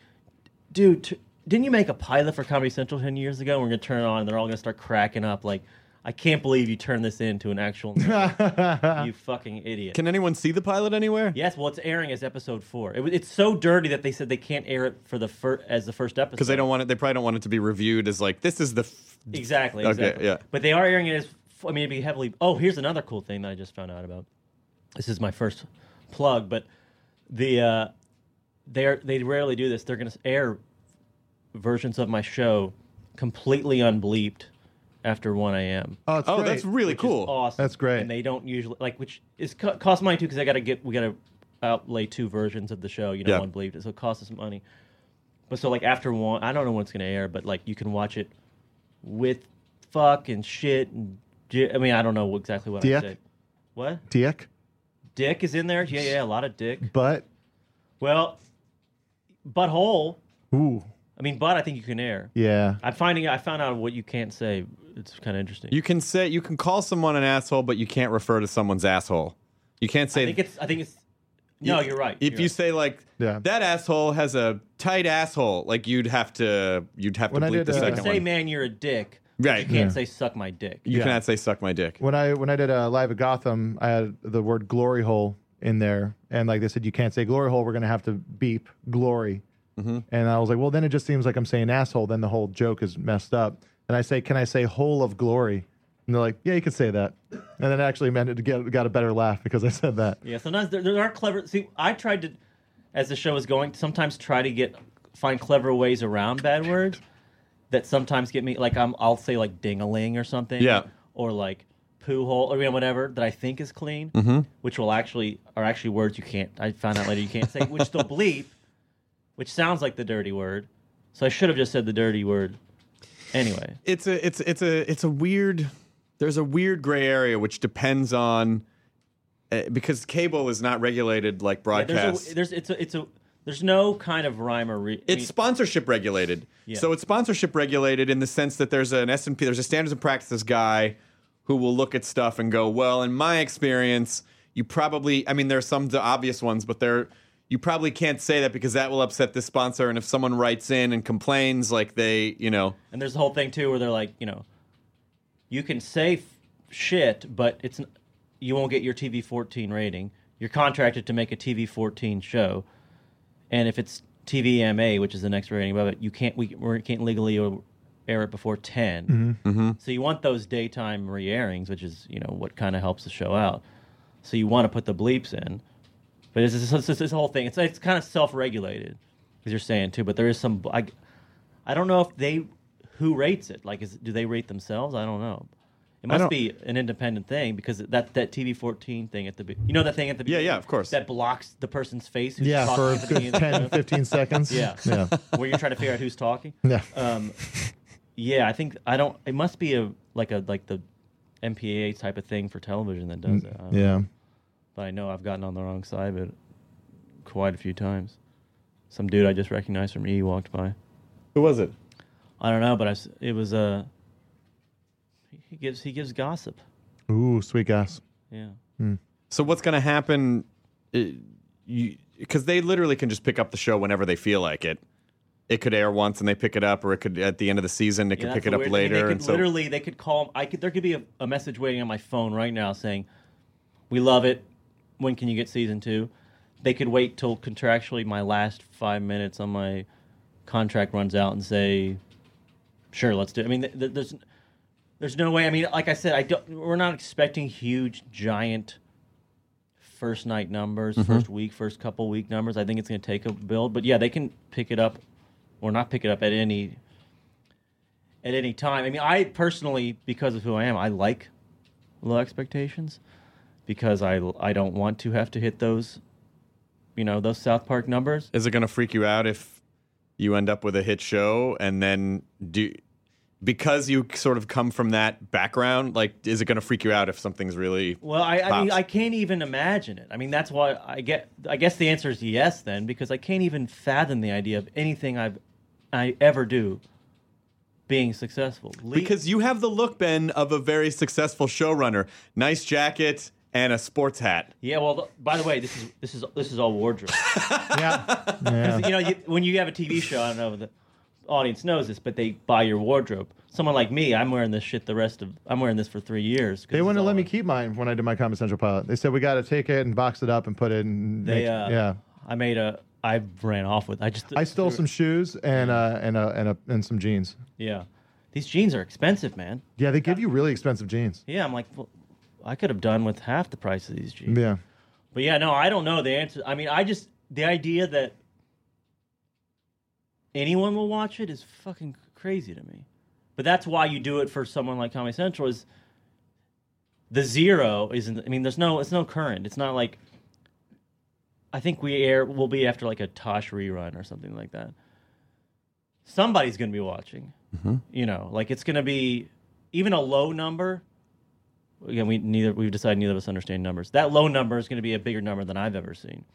Speaker 5: "Dude, t- didn't you make a pilot for Comedy Central ten years ago?" And we're gonna turn it on and they're all gonna start cracking up like. I I can't believe you turned this into an actual. novel. you fucking idiot.
Speaker 7: Can anyone see the pilot anywhere?
Speaker 5: yes, well, it's airing as episode four. It, was- it's so dirty that they said they can't air it for the fir- as the first episode
Speaker 7: Because they don't want it. They probably don't want it to be reviewed as like this is the. F-
Speaker 5: Exactly.
Speaker 7: Okay,
Speaker 5: Exactly.
Speaker 7: yeah.
Speaker 5: But they are airing it as. I mean, it'd be heavily. Oh, here's another cool thing that I just found out about. This is my first plug, but the uh, they are they rarely do this. They're going to air versions of my show completely unbleeped after 1 a.m.
Speaker 3: Oh, it's
Speaker 7: oh,
Speaker 3: great.
Speaker 7: that's really
Speaker 5: which is
Speaker 7: cool.
Speaker 5: awesome.
Speaker 3: That's great.
Speaker 5: And they don't usually like which is co- cost money too because I got to get we got to outlay two versions of the show. You know,
Speaker 7: Yeah.
Speaker 5: one believed it, so it costs us money. But so like after one, I don't know when it's gonna air, but like you can watch it with fuck and shit. And j- I mean, I don't know exactly what I
Speaker 3: Dick?
Speaker 5: said. What
Speaker 3: Dick,
Speaker 5: dick is in there? Yeah, yeah, a lot of dick.
Speaker 3: but
Speaker 5: Well, butthole.
Speaker 3: ooh,
Speaker 5: I mean, butt. I think you can air.
Speaker 3: yeah.
Speaker 5: I'm finding. I found out what you can't say. It's kind of interesting.
Speaker 7: You can say you can call someone an asshole, but you can't refer to someone's asshole. You can't say.
Speaker 5: I think it's. I think it's. No, you're right.
Speaker 7: If
Speaker 5: you're
Speaker 7: you
Speaker 5: right.
Speaker 7: say like
Speaker 3: Yeah.
Speaker 7: that asshole has a tight asshole, like you'd have to you'd have
Speaker 3: When
Speaker 7: to
Speaker 3: I
Speaker 7: bleep
Speaker 3: did,
Speaker 7: the
Speaker 3: uh,
Speaker 5: You
Speaker 7: second
Speaker 5: can
Speaker 7: one.
Speaker 5: say, "Man, you're a dick." but
Speaker 7: Right.
Speaker 5: You can't
Speaker 3: Yeah.
Speaker 5: say, "Suck my dick."
Speaker 7: you
Speaker 3: Yeah.
Speaker 7: cannot say suck my dick.
Speaker 3: When I when I did a live at Gotham, I had the word glory hole in there, and like they said, you can't say glory hole. We're gonna have to beep glory. And I was like, well, then it just seems like I'm saying asshole. Then the whole joke is messed up. And I say, can I say hole of glory? And they're like, yeah, you could say that. And then I actually meant it to get got a better laugh because I said that.
Speaker 5: Yeah. Sometimes there, there are clever. See, I tried to, as the show was going, sometimes try to get find clever ways around bad words that sometimes get me. Like I'm, I'll say like ding-a-ling or something.
Speaker 7: Yeah.
Speaker 5: Or like poo hole or you know, whatever that I think is clean,
Speaker 7: Mm-hmm.
Speaker 5: which will actually are actually words you can't. I found out later you can't say, which they'll bleep, which sounds like the dirty word. So I should have just said the dirty word. Anyway.
Speaker 7: it's a it's it's a it's a weird there's a weird gray area which depends on uh, because cable is not regulated like
Speaker 5: Yeah,
Speaker 7: broadcast.
Speaker 5: There's a, there's it's a, it's a there's no kind of rhyme or re- I
Speaker 7: it's
Speaker 5: mean,
Speaker 7: sponsorship regulated.
Speaker 5: Yeah.
Speaker 7: So it's sponsorship regulated in the sense that there's an S and P, there's a standards and practices guy who will look at stuff and go, well, in my experience, you probably, I mean, there are some d- obvious ones, but there, you probably can't say that because that will upset the sponsor. And if someone writes in and complains, like they, you know,
Speaker 5: and there's the whole thing too where they're like, you know, you can say f- shit, but it's n- you won't get your TV14 rating. You're contracted to make a TV14 show, and if it's TVMA, which is the next rating above it, you can't we, we can't legally o- air it before 10
Speaker 3: Mm-hmm.
Speaker 7: Mm-hmm.
Speaker 5: So you want those daytime re-airings, which is you know what kind of helps the show out. So you want to put the bleeps in, but it's this, this, this whole thing. It's it's kind of self-regulated, as you're saying too. But there is some I, I don't know if they who rates it. Like, is do they rate themselves? I don't know. It must
Speaker 7: don't-
Speaker 5: be an independent thing because that that TV fourteen thing at the be- you know that thing at the
Speaker 7: Yeah,
Speaker 5: beginning
Speaker 7: yeah, of course.
Speaker 5: that blocks the person's face who's
Speaker 3: Yeah,
Speaker 5: talking
Speaker 3: for
Speaker 5: at
Speaker 3: a
Speaker 5: the
Speaker 3: good
Speaker 5: beginning of the
Speaker 3: 10,
Speaker 5: show,
Speaker 3: 15 seconds.
Speaker 5: Yeah.
Speaker 3: Yeah.
Speaker 5: where you're trying to figure out who's talking.
Speaker 3: Yeah.
Speaker 5: Um, yeah, I think I don't. It must be a like a like the MPAA type of thing for television that does it. I don't know.
Speaker 3: Mm, Yeah.
Speaker 5: But I know I've gotten on the wrong side of it quite a few times. Some dude I just recognized from E walked by.
Speaker 7: who was it?
Speaker 5: I don't know, but I s it was Uh, he gives he gives gossip.
Speaker 3: Ooh, sweet gas.
Speaker 5: Yeah.
Speaker 7: So what's going to happen? Because they literally can just pick up the show whenever they feel like it. It could air once and they pick it up, or it could at the end of the season it
Speaker 5: Yeah,
Speaker 7: could
Speaker 5: that's
Speaker 7: pick
Speaker 5: the
Speaker 7: it up
Speaker 5: weird thing.
Speaker 7: later.
Speaker 5: They
Speaker 7: and
Speaker 5: could
Speaker 7: so
Speaker 5: literally, they could call. I could. There could be a, a message waiting on my phone right now saying, "We love it. When can you get season two? They could wait till contractually my last five minutes on my contract runs out and say, "Sure, let's do." It. I mean, th- th- there's there's no way. I mean, like I said, I don't. We're not expecting huge, giant first night numbers,
Speaker 7: Mm-hmm.
Speaker 5: first week, first couple week numbers. I think it's going to take a build, but yeah, they can pick it up or not pick it up at any at any time. I mean, I personally, because of who I am, I like low expectations because I I don't want to have to hit those, you know, those South Park numbers.
Speaker 7: is it going to freak you out if you end up with a hit show and then do because you sort of come from that background like is it going to freak you out if something's really
Speaker 5: Well, I I, mean,
Speaker 7: pops?
Speaker 5: I can't even imagine it. I mean, that's why I get. I guess the answer is yes, then, because I can't even fathom the idea of anything I've I ever do being successful. Le-
Speaker 7: because you have the look ben of a very successful showrunner nice jacket and a sports hat
Speaker 5: yeah. Well, th- by the way, this is this is this is all wardrobe.
Speaker 3: Yeah. yeah.
Speaker 5: you know, you, when you have a TV show, I don't know. The, audience knows this, but they buy your wardrobe. Someone like me, I'm wearing this shit the rest of. I'm wearing this for three years. 'cause
Speaker 3: They
Speaker 5: it's
Speaker 3: wouldn't
Speaker 5: all
Speaker 3: let me
Speaker 5: I-
Speaker 3: keep mine when I did my Comedy Central pilot. They said we got to take it and box it up and put it in.
Speaker 5: They,
Speaker 3: make-
Speaker 5: uh,
Speaker 3: yeah.
Speaker 5: I made a. I ran off with. I just.
Speaker 3: I stole some shoes and uh, and uh, and, uh, and some jeans.
Speaker 5: Yeah, these jeans are expensive, man.
Speaker 3: Yeah, they give you really expensive jeans.
Speaker 5: Yeah, I'm like, well, I could have done with half the price of these jeans.
Speaker 3: Yeah.
Speaker 5: But yeah, no, I don't know the answer. I mean, I just the idea that anyone will watch it is fucking crazy to me. But that's why you do it for someone like Comedy Central is the zero isn't. I mean, there's no it's no current. It's not like I think we air will be after like a Tosh rerun or something like that. Somebody's gonna be watching. You know, like it's gonna be even a low number again we neither we've decided neither of us understand numbers that low number is going to be a bigger number than i've ever seen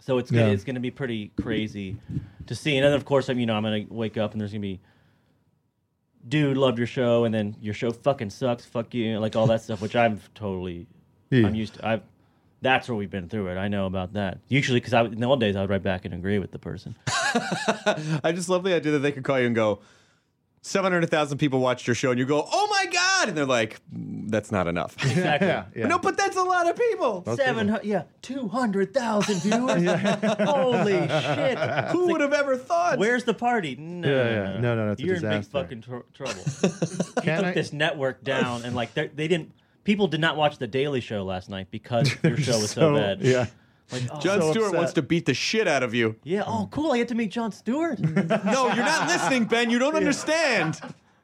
Speaker 5: so it's gonna,
Speaker 3: Yeah.
Speaker 5: it's going to be pretty crazy to see and then of course i'm you know i'm going to wake up and there's going to be dude loved your show and then your show fucking sucks fuck you like all that stuff which i'm totally
Speaker 3: Yeah.
Speaker 5: i'm used to i've that's where we've been through it. I know about that. Usually, because in the old days, I would write back and agree with the person.
Speaker 7: I just love the idea that they could call you and go, 700,000 people watched your show, and you go, oh my God. And they're like, "Mm, that's not enough.
Speaker 5: Exactly.
Speaker 3: Yeah. Yeah.
Speaker 7: no, but that's a lot of people.
Speaker 5: Seven, hu- yeah, two hundred thousand viewers. Holy shit!
Speaker 7: Who would have ever thought?
Speaker 5: Where's the party? No,
Speaker 3: Yeah, yeah. No, no, no, it's a
Speaker 5: You're in big
Speaker 3: disaster.
Speaker 5: fucking tr- trouble. you
Speaker 3: Can
Speaker 5: took
Speaker 3: I-
Speaker 5: this network down, and like they they didn't. People did not watch the Daily Show last night because your show was so, bad.
Speaker 3: Yeah.
Speaker 5: Like, oh,
Speaker 7: John
Speaker 3: so
Speaker 7: Stewart
Speaker 3: upset.
Speaker 7: wants to beat the shit out of you.
Speaker 5: yeah. Oh, cool. I get to meet John Stewart.
Speaker 7: No, you're not listening, Ben. You don't understand.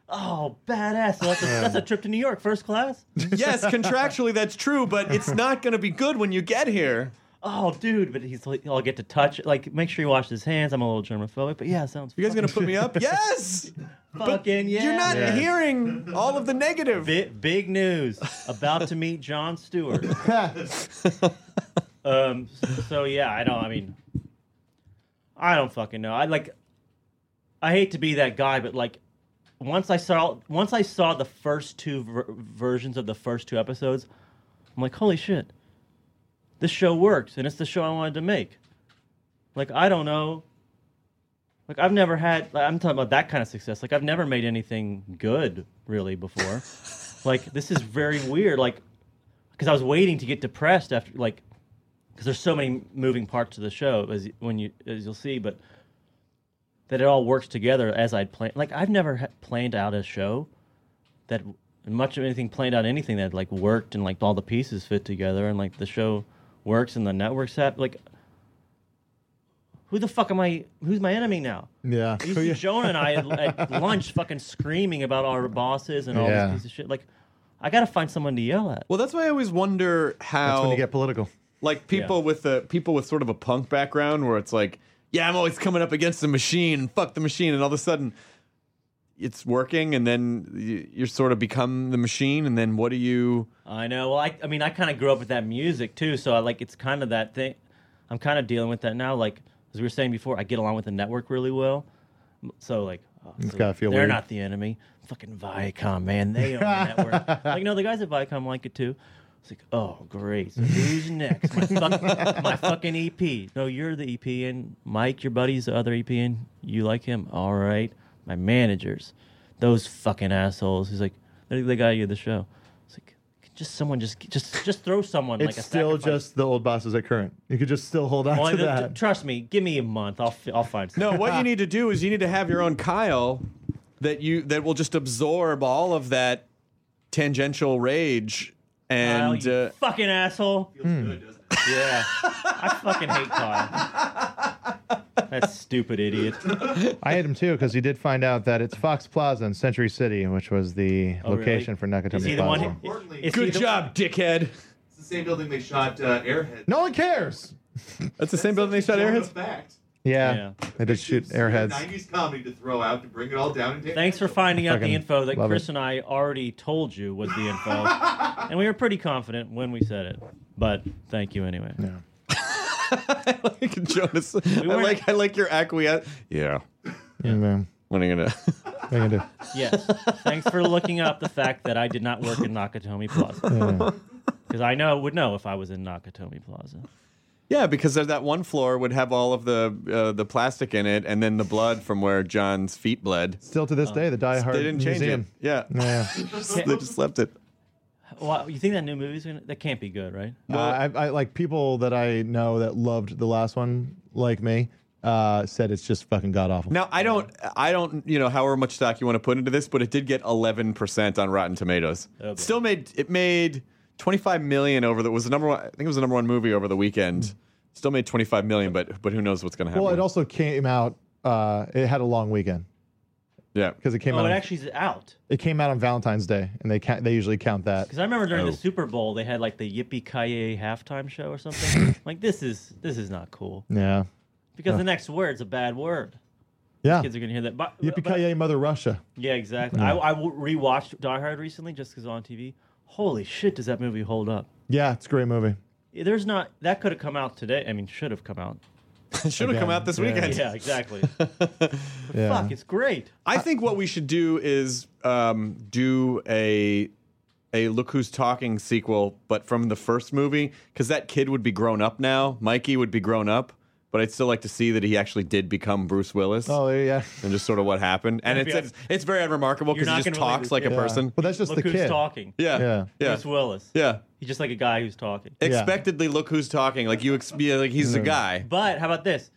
Speaker 5: oh, badass. So that's, a, that's a trip to New York, first class.
Speaker 7: Yes, contractually that's true, but it's not going to be good when you get here.
Speaker 5: Oh, dude. But he's like, I'll get to touch. it. Like, make sure you wash his hands. I'm a little germophobic, but yeah, it sounds.
Speaker 7: You guys going to put me up? Yes.
Speaker 5: fucking yeah.
Speaker 7: You're not
Speaker 5: man.
Speaker 7: hearing all of the negative.
Speaker 5: Bi- big news about to meet John Stewart. um. So yeah, I don't. I mean, I don't fucking know. I like. I hate to be that guy, but like, once I saw once I saw the first two ver- versions of the first two episodes, I'm like, holy shit, this show works, and it's the show I wanted to make. Like, I don't know. Like I've never had. like, I'm talking about that kind of success. Like I've never made anything good really before. like this is very weird. Like because I was waiting to get depressed after like because there's so many moving parts to the show as when you as you'll see, but that it all works together as I'd planned. Like I've never ha- planned out a show that much of anything planned out anything that like worked and like all the pieces fit together and like the show works and the network's set. Like who the fuck am I? Who's my enemy now?
Speaker 3: Yeah.
Speaker 5: You see Jonah and I at, at lunch fucking screaming about our bosses and all
Speaker 3: Yeah.
Speaker 5: this piece of shit. Like, I gotta find someone to yell at.
Speaker 7: Well, that's why I always wonder how
Speaker 3: That's when you get political.
Speaker 7: like people
Speaker 5: Yeah.
Speaker 7: with the people with sort of a punk background where it's like yeah i'm always coming up against the machine fuck the machine and all of a sudden it's working and then you, you sort of become the machine and then what do you
Speaker 5: I know. Well, I, I mean, I kind of grew up with that music too, so I like it's kind of that thing. I'm kind of dealing with that now. Like as we were saying before, I get along with the network really well. M- So like, oh, so
Speaker 3: gotta feel
Speaker 5: they're
Speaker 3: weird.
Speaker 5: not the enemy. Fucking Viacom, man, they own the network. like no, the guys at Viacom like it too. It's like, oh great, so who's next? My, fuck, my fucking EP. No, you're the EP, and Mike, your buddy's the other EP, and you like him. All right, my managers, those fucking assholes. He's like, they, they got you the show. It's like, just someone, just just just throw someone.
Speaker 3: It's
Speaker 5: like a
Speaker 3: still
Speaker 5: sacrifice.
Speaker 3: just the old bosses at current. You could just still hold on
Speaker 5: Well,
Speaker 3: to
Speaker 5: th-
Speaker 3: that.
Speaker 5: trust me, give me a month. I'll fi- I'll find.
Speaker 7: no
Speaker 5: someone.
Speaker 7: what you need to do is you need to have your own kyle that you that will just absorb all of that tangential rage
Speaker 5: Kyle,
Speaker 7: and
Speaker 5: you
Speaker 7: uh,
Speaker 5: fucking asshole.
Speaker 6: Feels good, doesn't it?
Speaker 5: Yeah, I fucking hate Kyle. That stupid idiot.
Speaker 3: I hate him too because he did find out that it's Fox Plaza in Century City, which was the
Speaker 5: Oh, really?
Speaker 3: location for Nakatomi
Speaker 5: Is he the
Speaker 3: Plaza.
Speaker 5: one?
Speaker 6: Importantly-
Speaker 5: is he
Speaker 7: good
Speaker 5: the-
Speaker 7: job dickhead
Speaker 6: It's the same building they shot uh, Airhead.
Speaker 3: no one cares.
Speaker 7: that's the same building they shot
Speaker 6: Known
Speaker 7: airheads
Speaker 6: Fact.
Speaker 3: Yeah,
Speaker 5: Yeah.
Speaker 3: they did shoot
Speaker 6: It's a good
Speaker 3: airheads.
Speaker 6: 90s comedy to throw out to bring it all down. And take
Speaker 5: Thanks for finding out the
Speaker 3: Fucking
Speaker 5: info that
Speaker 3: love
Speaker 5: Chris
Speaker 3: it.
Speaker 5: and I already told you was the info, and we were pretty confident when we said it. But thank you anyway.
Speaker 7: jonas i
Speaker 5: weren't-
Speaker 7: like i like your acquiesce yeah
Speaker 3: Yeah.
Speaker 7: when are you gonna
Speaker 3: What are you gonna do?
Speaker 5: Yes. Thanks for looking up the fact that I did not work in Nakatomi Plaza. Because I know would know if I was in Nakatomi Plaza.
Speaker 7: Yeah, because there- that one floor would have all of the uh, the plastic in it, and then the blood from where John's feet bled.
Speaker 3: Still to this
Speaker 5: Uh,
Speaker 3: day, the Die Hard
Speaker 7: They didn't change
Speaker 3: Museum.
Speaker 7: it. Yeah,
Speaker 3: Yeah.
Speaker 7: they just left it.
Speaker 5: Well, you think that new movie's gonna? That can't be good, right?
Speaker 3: Uh, I, I like people that I know that loved the last one, like me, uh, said it's just fucking god awful.
Speaker 7: Now I don't, I don't, you know, however much stock you want to put into this, but it did get 11 percent on Rotten Tomatoes.
Speaker 5: Oh, boy.
Speaker 7: Still made it made 25 million over the was the number one. I think it was the number one movie over the
Speaker 5: Hmm.
Speaker 7: weekend. Still made 25 million, but but who knows what's going to happen?
Speaker 3: well, it also came out. Uh, it had a long weekend
Speaker 7: yeah.
Speaker 3: because it came
Speaker 5: Oh, it
Speaker 3: out. on-
Speaker 5: actually is out.
Speaker 3: it came out on Valentine's Day, and they ca- they usually count that.
Speaker 5: Because I remember during
Speaker 7: Oh.
Speaker 5: the Super Bowl they had like the Yippee Kaye halftime show or something. like this is this is not cool
Speaker 3: Yeah,
Speaker 5: because the next word's a bad word.
Speaker 3: yeah.
Speaker 5: Kids are gonna hear that. But,
Speaker 3: Yippee
Speaker 5: but-
Speaker 3: ki Mother Russia.
Speaker 5: Yeah, exactly. I I w- rewatched Die Hard recently just because on TV. Holy shit, does that movie hold up?
Speaker 3: Yeah, it's a great movie.
Speaker 5: There's not that could have come out today. I mean, should have come out.
Speaker 7: it should have come
Speaker 3: Again,
Speaker 7: out this
Speaker 3: yeah.
Speaker 7: weekend.
Speaker 5: Yeah, exactly.
Speaker 3: Yeah.
Speaker 5: Fuck, it's great.
Speaker 7: I think what we should do is um, do a a Look Who's Talking sequel, but from the first movie, because that kid would be grown up now. Mikey would be grown up, but I'd still like to see that he actually did become Bruce Willis.
Speaker 3: Oh yeah.
Speaker 7: And just sort of what happened, and
Speaker 5: That'd
Speaker 7: it's,
Speaker 5: be
Speaker 7: it's it's very unremarkable
Speaker 5: You're
Speaker 7: because he
Speaker 5: not
Speaker 7: just
Speaker 5: gonna believe
Speaker 7: talks
Speaker 5: this,
Speaker 7: like a
Speaker 5: yeah.
Speaker 7: person.
Speaker 3: Well, that's just
Speaker 5: Look
Speaker 3: the
Speaker 5: who's
Speaker 3: kid.
Speaker 5: talking.
Speaker 7: Yeah,
Speaker 3: Yeah.
Speaker 7: yeah, yeah.
Speaker 5: Bruce Willis. He's just like a guy who's talking.
Speaker 7: Expectedly, look who's talking. Like you, ex- yeah, like he's a guy.
Speaker 5: But how about this?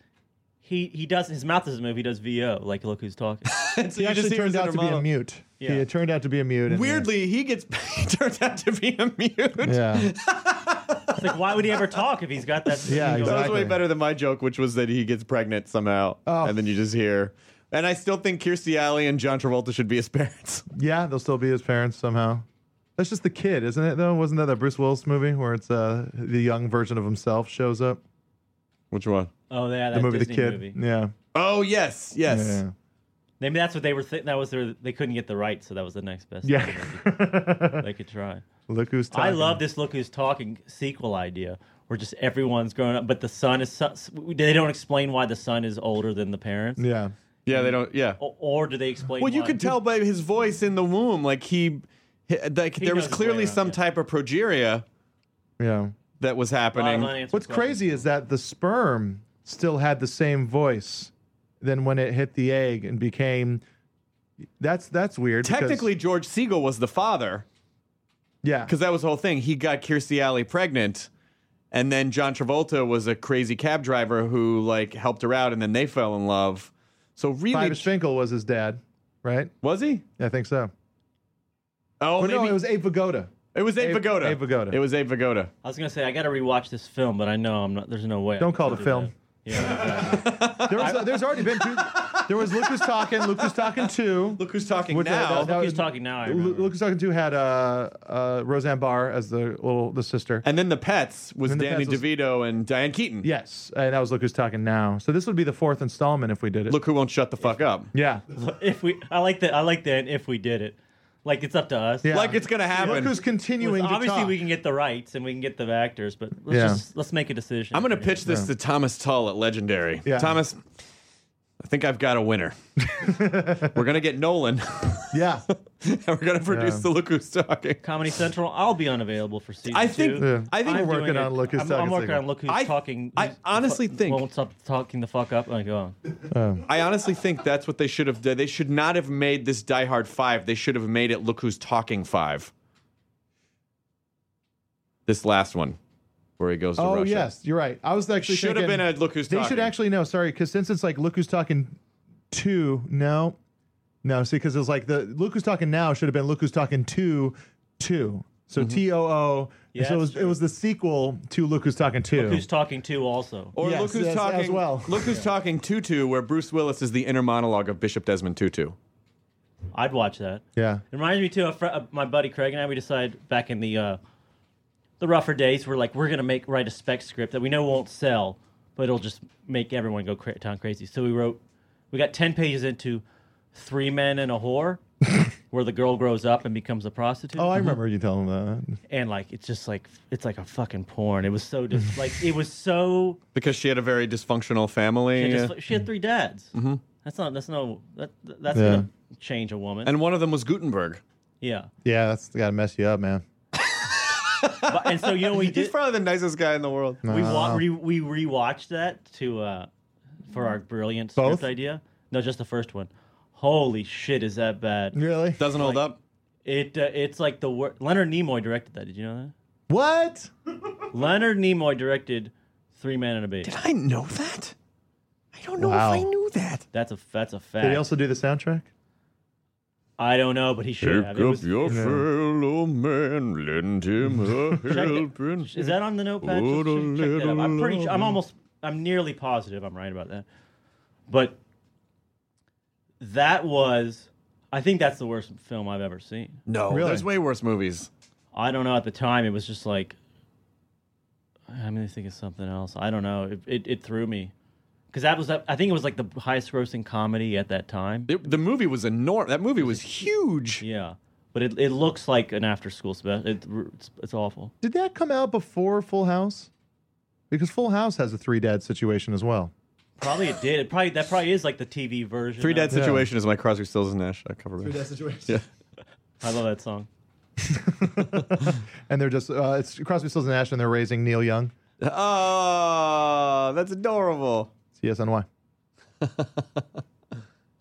Speaker 5: He he does his mouth doesn't move. He does VO. Like look who's talking.
Speaker 7: And so
Speaker 3: He
Speaker 7: you just
Speaker 3: actually
Speaker 7: hear his
Speaker 3: turned out
Speaker 7: inner
Speaker 3: to be a
Speaker 7: monologue.
Speaker 3: mute.
Speaker 5: Yeah.
Speaker 3: He turned out to be a mute. and-
Speaker 7: Weirdly, he gets he turns out to be a mute.
Speaker 3: Yeah.
Speaker 5: it's like why would he ever talk if he's got that?
Speaker 3: Yeah,
Speaker 5: he goes,
Speaker 7: That was way
Speaker 3: Exactly.
Speaker 7: better than my joke, which was that he gets pregnant somehow,
Speaker 3: Oh.
Speaker 7: and then you just hear. And I still think Kirstie Alley and John Travolta should be his parents.
Speaker 3: Yeah, they'll still be his parents somehow. That's just the kid, isn't it? Though, wasn't that that Bruce Willis movie where it's uh, the young version of himself shows up?
Speaker 7: Which one?
Speaker 5: Oh yeah, that
Speaker 3: the movie,
Speaker 5: Disney
Speaker 3: the kid.
Speaker 5: movie.
Speaker 3: Yeah.
Speaker 7: Oh yes, yes.
Speaker 3: Yeah.
Speaker 5: Maybe that's what they were. Th- that was their. They couldn't get the right, so that was the next best.
Speaker 3: Yeah.
Speaker 5: thing They could try.
Speaker 3: Look who's talking.
Speaker 5: I love this "Look Who's Talking" sequel idea, where just everyone's growing up, but the son is. so- They don't explain why the son is older than the parents,
Speaker 3: Yeah.
Speaker 7: Yeah, they don't. Yeah.
Speaker 5: or, or do they explain?
Speaker 7: Well, you
Speaker 5: why?
Speaker 7: could tell by his voice in the womb, like he, he- like there
Speaker 5: knows
Speaker 7: was
Speaker 5: his way
Speaker 7: clearly
Speaker 5: around,
Speaker 7: some
Speaker 5: yeah.
Speaker 7: type of progeria
Speaker 3: Yeah.
Speaker 7: that was
Speaker 5: A lot of
Speaker 7: happening.
Speaker 5: unanswered
Speaker 3: What's
Speaker 5: questions.
Speaker 3: crazy is that the sperm still had the same voice than when it hit the egg and became. That's that's weird. because-
Speaker 7: Technically, George Siegel was the father
Speaker 3: yeah.
Speaker 7: because that was the whole thing. He got Kirstie Alley pregnant, and then John Travolta was a crazy cab driver who like helped her out, and then they fell in love. So really,
Speaker 3: Fivis Finkel was his dad, right?
Speaker 7: was he?
Speaker 3: I think so.
Speaker 7: Oh,
Speaker 3: Or
Speaker 7: maybe
Speaker 3: no, it was Abe Vigoda.
Speaker 7: It was Abe
Speaker 3: Abe-
Speaker 7: Vigoda.
Speaker 3: Abe Vigoda.
Speaker 7: It was Abe Vigoda.
Speaker 5: I was gonna say I got to rewatch this film, but I know I'm not. There's no way. I
Speaker 3: Don't
Speaker 5: can
Speaker 3: call it a
Speaker 5: do
Speaker 3: film.
Speaker 5: that. Yeah, exactly.
Speaker 3: There was, there's already been two. There was Lucas talking. Lucas talking two.
Speaker 7: Look who's talking
Speaker 3: Which- uh,
Speaker 7: now.
Speaker 3: that- that-
Speaker 5: Look Who's Talking Now, I
Speaker 3: Lu-
Speaker 5: remember.
Speaker 3: Lucas talking two had uh, uh, Roseanne Barr as the little the sister.
Speaker 7: and then the Pets was
Speaker 3: Then The
Speaker 7: Danny
Speaker 3: Pets was-
Speaker 7: DeVito and Diane Keaton.
Speaker 3: yes, and that was Lucas talking now. So this would be the fourth installment if we did it.
Speaker 7: Look who won't shut the fuck up.
Speaker 3: yeah,
Speaker 5: if we, I like that. I like that. If we did it, like it's up to us.
Speaker 3: Yeah.
Speaker 7: Like it's gonna happen.
Speaker 3: look who's continuing. to
Speaker 5: obviously
Speaker 3: talk.
Speaker 5: we can get the rights and we can get the actors, but let's
Speaker 3: Yeah.
Speaker 5: just let's make a decision.
Speaker 7: I'm gonna pitch this to Thomas Tull at Legendary.
Speaker 3: Yeah.
Speaker 7: Thomas, I think I've got a winner. we're gonna get Nolan.
Speaker 3: Yeah,
Speaker 7: and we're gonna produce
Speaker 3: Yeah.
Speaker 7: the Look Who's Talking.
Speaker 5: Comedy Central. I'll be unavailable for season
Speaker 7: I think.
Speaker 5: two.
Speaker 3: Yeah.
Speaker 7: I think
Speaker 5: I'm
Speaker 3: we're working
Speaker 5: doing
Speaker 3: on Look Who's
Speaker 5: I'm,
Speaker 3: Talking
Speaker 5: I'm working
Speaker 3: Signal.
Speaker 5: on look who's
Speaker 7: I-
Speaker 5: talking.
Speaker 7: I
Speaker 5: who's-
Speaker 7: honestly
Speaker 5: who
Speaker 7: think-
Speaker 5: won't stop talking the fuck up. Like, oh,
Speaker 7: I honestly think that's what they should have done. They should not have made this Die Hard five. They should have made it Look Who's Talking five. This last one, where he goes to
Speaker 3: Oh
Speaker 7: Russia.
Speaker 3: yes, you're right. I was actually
Speaker 7: Should have
Speaker 3: thinking-
Speaker 7: been a Look Who's
Speaker 3: They
Speaker 7: Talking.
Speaker 3: should actually know. Sorry, because since it's like look who's talking two. No, no. See, because it's like the look who's talking now should have been look who's talking two two. So T O O.
Speaker 5: Yeah,
Speaker 3: So it was,
Speaker 5: that's
Speaker 3: it was the sequel to look who's talking two.
Speaker 5: who's talking to also.
Speaker 7: Or
Speaker 3: Yes,
Speaker 7: look who's
Speaker 3: yes, as
Speaker 7: talking
Speaker 3: well.
Speaker 7: Look who's talking Tutu, where Bruce Willis is the inner monologue of Bishop Desmond Tutu.
Speaker 5: I'd watch that.
Speaker 3: yeah.
Speaker 5: It reminds me too of fr- of my buddy Craig and I. We decided back in the uh, the rougher days, we're like, we're gonna make write a spec script that we know won't sell, but it'll just make everyone go cra- town crazy. So we wrote, we got ten pages into Three Men and a Whore, where the girl grows up and becomes a prostitute.
Speaker 3: Oh, I remember you telling that.
Speaker 5: and like it's just like it's like a fucking porn. It was so dis- like it was so.
Speaker 7: Because she had a very dysfunctional family.
Speaker 5: She, had
Speaker 7: uh,
Speaker 5: just, she had three dads. That's not. That's no. That, that's
Speaker 3: Mm-hmm. Yeah.
Speaker 5: gonna change a woman.
Speaker 7: and one of them was Gutenberg.
Speaker 5: yeah.
Speaker 3: Yeah, that's got to mess you up, man.
Speaker 5: But- and so you know we
Speaker 7: He's
Speaker 5: did
Speaker 7: probably the nicest guy in the world.
Speaker 5: we wa-
Speaker 3: Wow.
Speaker 5: re- we rewatched that to uh for our brilliant
Speaker 3: Both?
Speaker 5: script idea. No, just the first one. Holy shit, is that bad?
Speaker 3: Really?
Speaker 7: Doesn't hold up.
Speaker 5: It uh, it's like the wor- Leonard Nimoy directed that. Did you know
Speaker 3: What?
Speaker 5: that? Leonard Nimoy directed Three Men and a Baby.
Speaker 7: Did I know that? I don't know
Speaker 3: Wow.
Speaker 7: if I knew that.
Speaker 5: That's a that's a fact.
Speaker 3: Did he also do the soundtrack?
Speaker 5: I don't know, but he should have. It was-
Speaker 7: fellow man, lend him a helping
Speaker 5: Is that on the notepad?
Speaker 7: What
Speaker 5: Check-
Speaker 7: a
Speaker 5: check that out. I'm pretty.
Speaker 7: little
Speaker 5: Sure, I'm almost. I'm nearly positive I'm right about that. But that was. I think that's the worst film I've ever seen.
Speaker 7: No,
Speaker 3: Really?
Speaker 7: there's way worse movies.
Speaker 5: I don't know. At the time, it was just like. I'm gonna think of something else. I don't know. It it, it threw me, because that was. I think it was like the highest grossing comedy at that time.
Speaker 7: It- the movie was enormous. That movie was huge.
Speaker 5: Yeah, but it it looks like an after school special. It, it's it's awful.
Speaker 3: Did that come out before Full House? Because Full House has a three dad situation as well.
Speaker 5: Probably it did. It probably that probably is like the TV version.
Speaker 7: Three
Speaker 5: of
Speaker 7: Dead
Speaker 5: it.
Speaker 7: Situation is my Crosby, Stills, and Nash uh, cover. band.
Speaker 5: I love that song.
Speaker 3: And they're just uh, it's Crosby, Stills, and Nash, and they're raising Neil Young.
Speaker 7: Oh, that's adorable.
Speaker 3: CSNY.
Speaker 7: You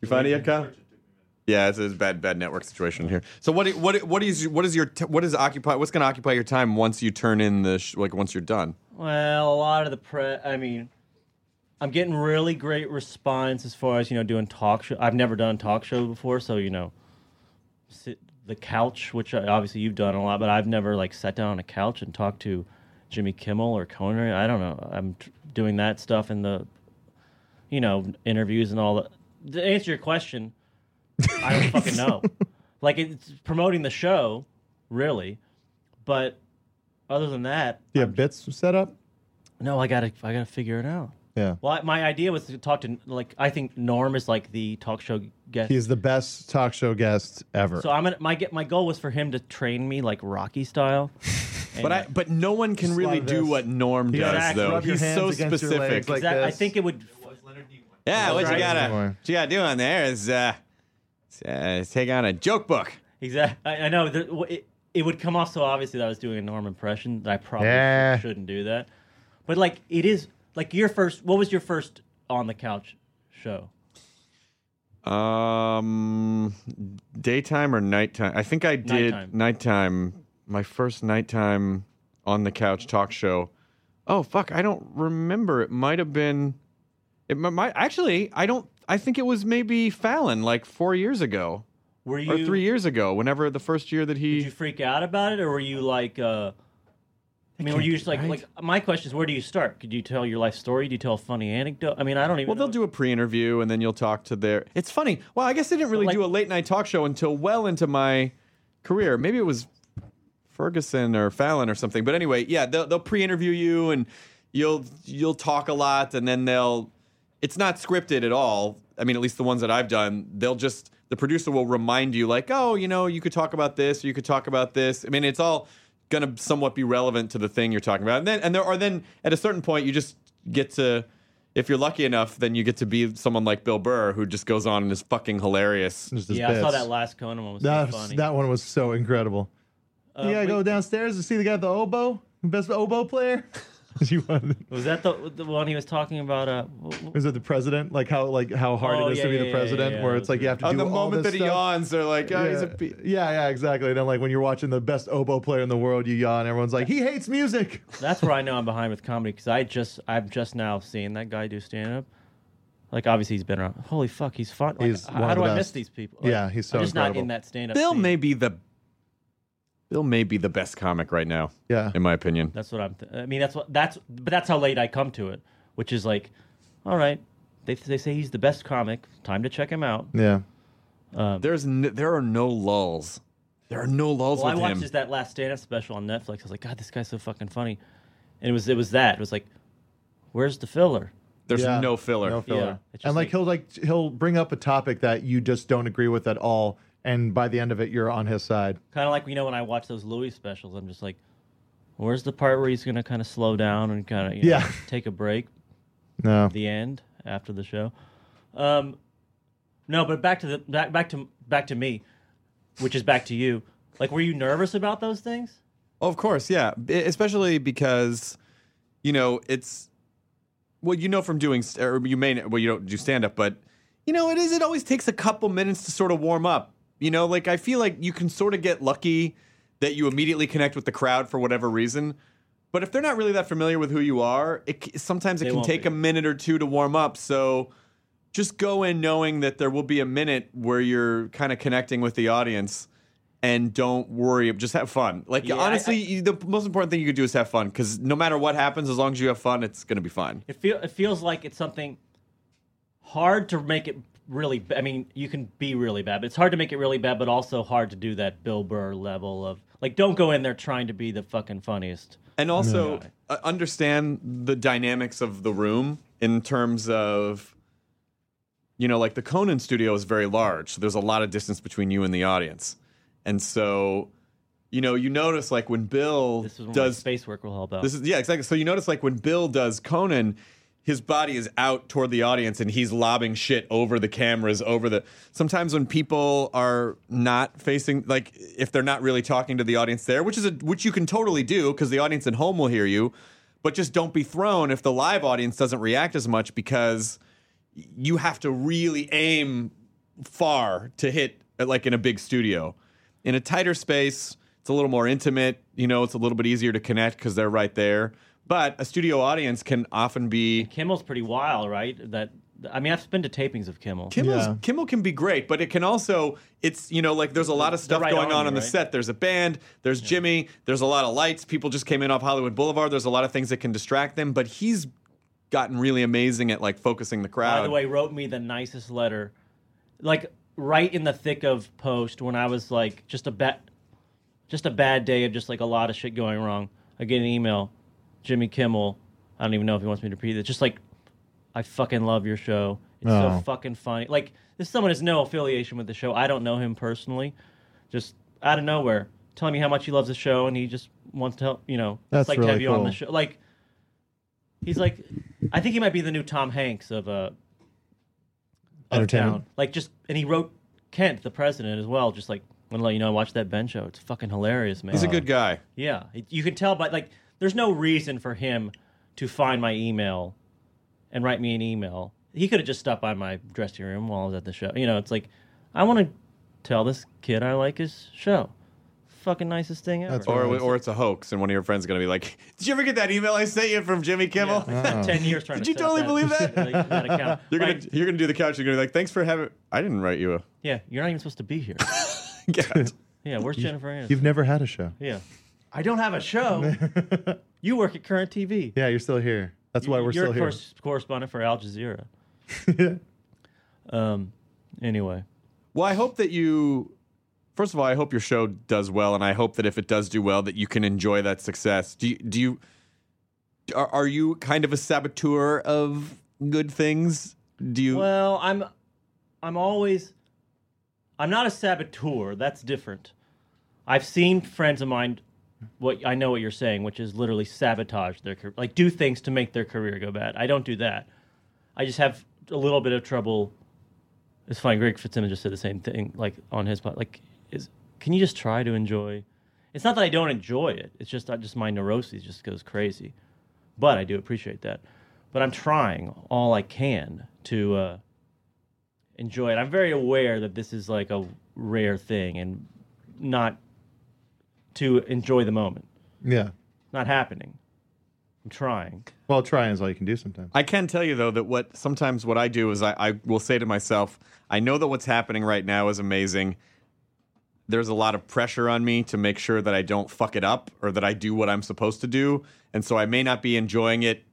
Speaker 7: find it yet, Kyle? Yeah, it's a bad, bad network situation here. So what, do- what, what is, what is your, t- what is occupy, what's going to occupy your time once you turn in the, sh- like once you're done?
Speaker 5: Well, a lot of the pre. I mean, I'm getting really great response as far as you know doing talk show. I've never done a talk show before, so you know, sit the couch, which I, obviously you've done a lot, but I've never like sat down on a couch and talked to Jimmy Kimmel or Conan. I don't know. I'm tr- doing that stuff in the, you know, interviews and all that. To answer your question, I don't fucking know. Like it's promoting the show, really, but other than that,
Speaker 3: Do you have bits set up?
Speaker 5: no, I gotta, I gotta figure it out.
Speaker 3: Yeah.
Speaker 5: Well, I, my idea was to talk to like I think Norm is like the talk show guest.
Speaker 3: He's the best talk show guest ever.
Speaker 5: so I'm gonna, my ge- my goal was for him to train me like Rocky style. And,
Speaker 7: But
Speaker 5: uh,
Speaker 7: I, but no one can really
Speaker 3: like
Speaker 7: do
Speaker 3: this.
Speaker 7: what Norm
Speaker 3: You
Speaker 7: does,
Speaker 3: gotta
Speaker 5: act-
Speaker 7: though.
Speaker 3: rub your
Speaker 7: He's
Speaker 3: hands
Speaker 7: so
Speaker 3: against your
Speaker 7: specific.
Speaker 3: legs like-
Speaker 5: that, I
Speaker 3: this.
Speaker 5: think it would.
Speaker 6: Was Leonard Nimoy.
Speaker 7: yeah, what you
Speaker 5: right.
Speaker 7: gotta,
Speaker 3: Anyway.
Speaker 7: what you gotta do on there is, uh, uh, take on a joke book.
Speaker 5: Exactly. I, I know. There, w- it, it would come off so obviously that I was doing a Norm impression that I probably
Speaker 3: Yeah.
Speaker 5: sh- shouldn't do that. But like it is like your first. What was your first on the couch show?
Speaker 7: Um, daytime or nighttime? I think I did
Speaker 5: Nighttime.
Speaker 7: nighttime. My first nighttime on the couch talk show. Oh fuck, I don't remember. It might have been. It mi- might actually. I don't. I think it was maybe Fallon, like four years ago
Speaker 5: Were you
Speaker 7: or three years ago. Whenever the first year that he.
Speaker 5: Did you freak out about it, or were you like? Uh, I mean, were you just like
Speaker 7: right.
Speaker 5: like? My question is, where do you start? Could you tell your life story? Do you tell a funny anecdote? I mean, I don't even.
Speaker 7: well, they'll
Speaker 5: know.
Speaker 7: do a pre-interview and then you'll talk to their. It's funny. Well, I guess they didn't really
Speaker 5: like-
Speaker 7: do a late night talk show until well into my career. Maybe it was Ferguson or Fallon or something. But anyway, yeah, they'll, they'll pre-interview you and you'll you'll talk a lot and then they'll. It's not scripted at all. I mean, at least the ones that I've done, they'll just the producer will remind you like, oh, you know, you could talk about this, or you could talk about this. I mean, it's all gonna somewhat be relevant to the thing you're talking about. And then and there or then at a certain point you just get to if you're lucky enough, then you get to be someone like Bill Burr who just goes on and is fucking hilarious.
Speaker 3: Just his
Speaker 5: Yeah, I saw
Speaker 3: bits.
Speaker 5: that last Conan one. It Was so
Speaker 3: That,
Speaker 5: funny. Uh,
Speaker 3: that one was so incredible. you gotta go downstairs to see the guy with the oboe, best oboe player. you want-
Speaker 5: was that the, the one he was talking about? Uh, w- w-
Speaker 3: Is it the president? Like how like how hard
Speaker 5: Oh,
Speaker 3: it is
Speaker 5: yeah,
Speaker 3: to be
Speaker 5: yeah,
Speaker 3: the
Speaker 5: yeah,
Speaker 3: president,
Speaker 5: yeah,
Speaker 3: where
Speaker 5: yeah.
Speaker 3: it's like you have to
Speaker 7: On
Speaker 3: do
Speaker 7: the
Speaker 3: all
Speaker 7: moment
Speaker 3: this
Speaker 7: that he
Speaker 3: stuff.
Speaker 7: yawns, they're like, oh, he's a pe-
Speaker 3: yeah, yeah, exactly. And then like when you're watching the best oboe player in the world, you yawn. Everyone's like, he hates music.
Speaker 5: that's where I know I'm behind with comedy because I just I'm just now seeing that guy do stand up. Like obviously he's been around. Holy fuck, he's fun. Like,
Speaker 3: He's
Speaker 5: h-
Speaker 3: one
Speaker 5: how
Speaker 3: of
Speaker 5: do
Speaker 3: the
Speaker 5: I miss
Speaker 3: best.
Speaker 5: these people? Like,
Speaker 3: Yeah, he's so
Speaker 5: I'm just
Speaker 3: incredible.
Speaker 5: not in that stand up.
Speaker 7: Bill may be the Bill may be the best comic right now.
Speaker 3: Yeah.
Speaker 7: in my opinion.
Speaker 5: That's what I'm. Th- I mean, that's what that's. But that's how late I come to it, which is like, all right, they they say he's the best comic. Time to check him out.
Speaker 3: Yeah.
Speaker 7: There's n- there are no lulls. There are no lulls
Speaker 5: Well, I
Speaker 7: with
Speaker 5: watched
Speaker 7: him.
Speaker 5: his that last stand-up special on Netflix. I was like, God, this guy's so fucking funny, and it was it was that. It was like, where's the filler?
Speaker 7: There's
Speaker 3: Yeah.
Speaker 7: no filler.
Speaker 3: No filler.
Speaker 5: it's just
Speaker 3: and like,
Speaker 5: like-
Speaker 3: he'll like he'll bring up a topic that you just don't agree with at all, and by the end of it, you're on his side.
Speaker 5: Kind of like you know when I watch those Louis specials, I'm just like, where's the part where he's gonna kind of slow down and kind of
Speaker 3: Yeah.
Speaker 5: take a break?
Speaker 3: No.
Speaker 5: the end after the show. Um, no, but back to the back back to back to me, which is back to you. Like, were you nervous about those things?
Speaker 7: Oh, of course, yeah. B- especially because, you know, it's well, you know, from doing st- or you may well you don't do stand up, but you know, it is. It always takes a couple minutes to sort of warm up. You know, like I feel like you can sort of get lucky that you immediately connect with the crowd for whatever reason. But if they're not really that familiar with who you are, it c- sometimes it
Speaker 5: They
Speaker 7: can
Speaker 5: won't
Speaker 7: take
Speaker 5: be.
Speaker 7: a minute or two to warm up. So just go in knowing that there will be a minute where you're kind of connecting with the audience and don't worry just have fun like
Speaker 5: Yeah, I-
Speaker 7: honestly
Speaker 5: I-
Speaker 7: you, the most important thing you can do is have fun because no matter what happens as long as you have fun it's going to be fine
Speaker 5: It feel it feels like it's something hard to make it really. b- I mean, you can be really bad, but it's hard to make it really bad. But also hard to do that Bill Burr level of like, don't go in there trying to be the fucking funniest.
Speaker 7: and also uh, understand the dynamics of the room in terms of you know like the conan studio is very large so there's a lot of distance between you and the audience and so you know you notice like when bill
Speaker 5: This is when
Speaker 7: does
Speaker 5: space work will help out.
Speaker 7: This is yeah, exactly. So you notice like when Bill does Conan, his body is out toward the audience and he's lobbing shit over the cameras, over the sometimes when people are not facing like if they're not really talking to the audience there, which is a which you can totally do because the audience at home will hear you, but just don't be thrown if the live audience doesn't react as much because you have to really aim far to hit uh, like in a big studio. In a tighter space, it's a little more intimate. You know, it's a little bit easier to connect because they're right there. But a studio audience can often be
Speaker 5: Kimmel's pretty wild, right? That I mean, I've been to tapings of Kimmel.
Speaker 7: Kimmel's,
Speaker 3: Yeah.
Speaker 7: Kimmel can be great, but it can also it's you know like there's a lot of stuff
Speaker 5: right
Speaker 7: going
Speaker 5: on
Speaker 7: on
Speaker 5: you,
Speaker 7: on the
Speaker 5: right?
Speaker 7: set. There's a band, there's Jimmy, there's a lot of lights. People just came in off Hollywood Boulevard. There's a lot of things that can distract them, but he's gotten really amazing at like focusing the crowd.
Speaker 5: by the way, wrote me the nicest letter, like right in the thick of post when I was like just a bad, just a bad day of just like a lot of shit going wrong. I get an email, Jimmy Kimmel. I don't even know if he wants me to repeat it. Just like, I fucking love your show. It's
Speaker 3: Oh.
Speaker 5: so fucking funny. Like this, someone has no affiliation with the show. I don't know him personally. Just out of nowhere, telling me how much he loves the show and he just wants to help. You know,
Speaker 3: That's
Speaker 5: just like to
Speaker 3: really
Speaker 5: have you on
Speaker 3: cool.
Speaker 5: the show. Like, he's like, I think he might be the new Tom Hanks of uh, of town.
Speaker 3: Entertainment.
Speaker 5: Like just, and he wrote Kent, the president, as well. Just like, want to let you know, I watched that Ben show. It's fucking hilarious, man.
Speaker 7: he's a good guy.
Speaker 5: yeah. It- you can tell, but like, there's no reason for him to find my email and write me an email. He could have just stopped by my dressing room while I was at the show. You know, it's like, I want to tell this kid I like his show. Fucking nicest thing ever.
Speaker 3: That's
Speaker 7: Or,
Speaker 3: Right.
Speaker 7: or it's a hoax, and one of your friends is going to be like, Did you ever get that email I sent you from Jimmy Kimmel?
Speaker 5: Yeah, like, Ten years trying
Speaker 7: Did
Speaker 5: to
Speaker 7: you
Speaker 5: set
Speaker 7: totally
Speaker 5: up
Speaker 7: believe that?
Speaker 5: like, that account.
Speaker 7: You're gonna
Speaker 5: Like,
Speaker 7: you're gonna do the couch. You're gonna be like, thanks for having. I didn't write you a.
Speaker 5: yeah, you're not even supposed to be here.
Speaker 7: Yeah.
Speaker 5: Yeah, where's Jennifer Aniston?
Speaker 3: You've never had a show.
Speaker 5: Yeah. I don't have a show. you work at Current TV.
Speaker 3: Yeah, you're still here. That's why we're
Speaker 5: You're
Speaker 3: still
Speaker 5: a
Speaker 3: here.
Speaker 5: cor- correspondent for Al Jazeera. um. Anyway,
Speaker 7: well, I hope that you. First of all, I hope your show does well, and I hope that if it does do well, that you can enjoy that success. Do you, do you are, are you kind of a saboteur of good things? Do you?
Speaker 5: well, I'm, I'm always, I'm not a saboteur. That's different. I've seen friends of mine. What I know what you're saying, which is literally sabotage their career, like do things to make their career go bad. I don't do that. I just have a little bit of trouble. It's funny. Greg Fitzsimmons just said the same thing, like on his pod. Like, is can you just try to enjoy? It's not that I don't enjoy it. It's just I just my neuroses just goes crazy, but I do appreciate that. But I'm trying all I can to uh, enjoy it. I'm very aware that this is like a rare thing and not to enjoy the moment.
Speaker 3: yeah.
Speaker 5: Not happening. I'm trying.
Speaker 3: Well, trying is all you can do sometimes.
Speaker 7: I can tell you though that what sometimes what I do is I, I will say to myself, I know that what's happening right now is amazing. There's a lot of pressure on me to make sure that I don't fuck it up or that I do what I'm supposed to do. And so I may not be enjoying it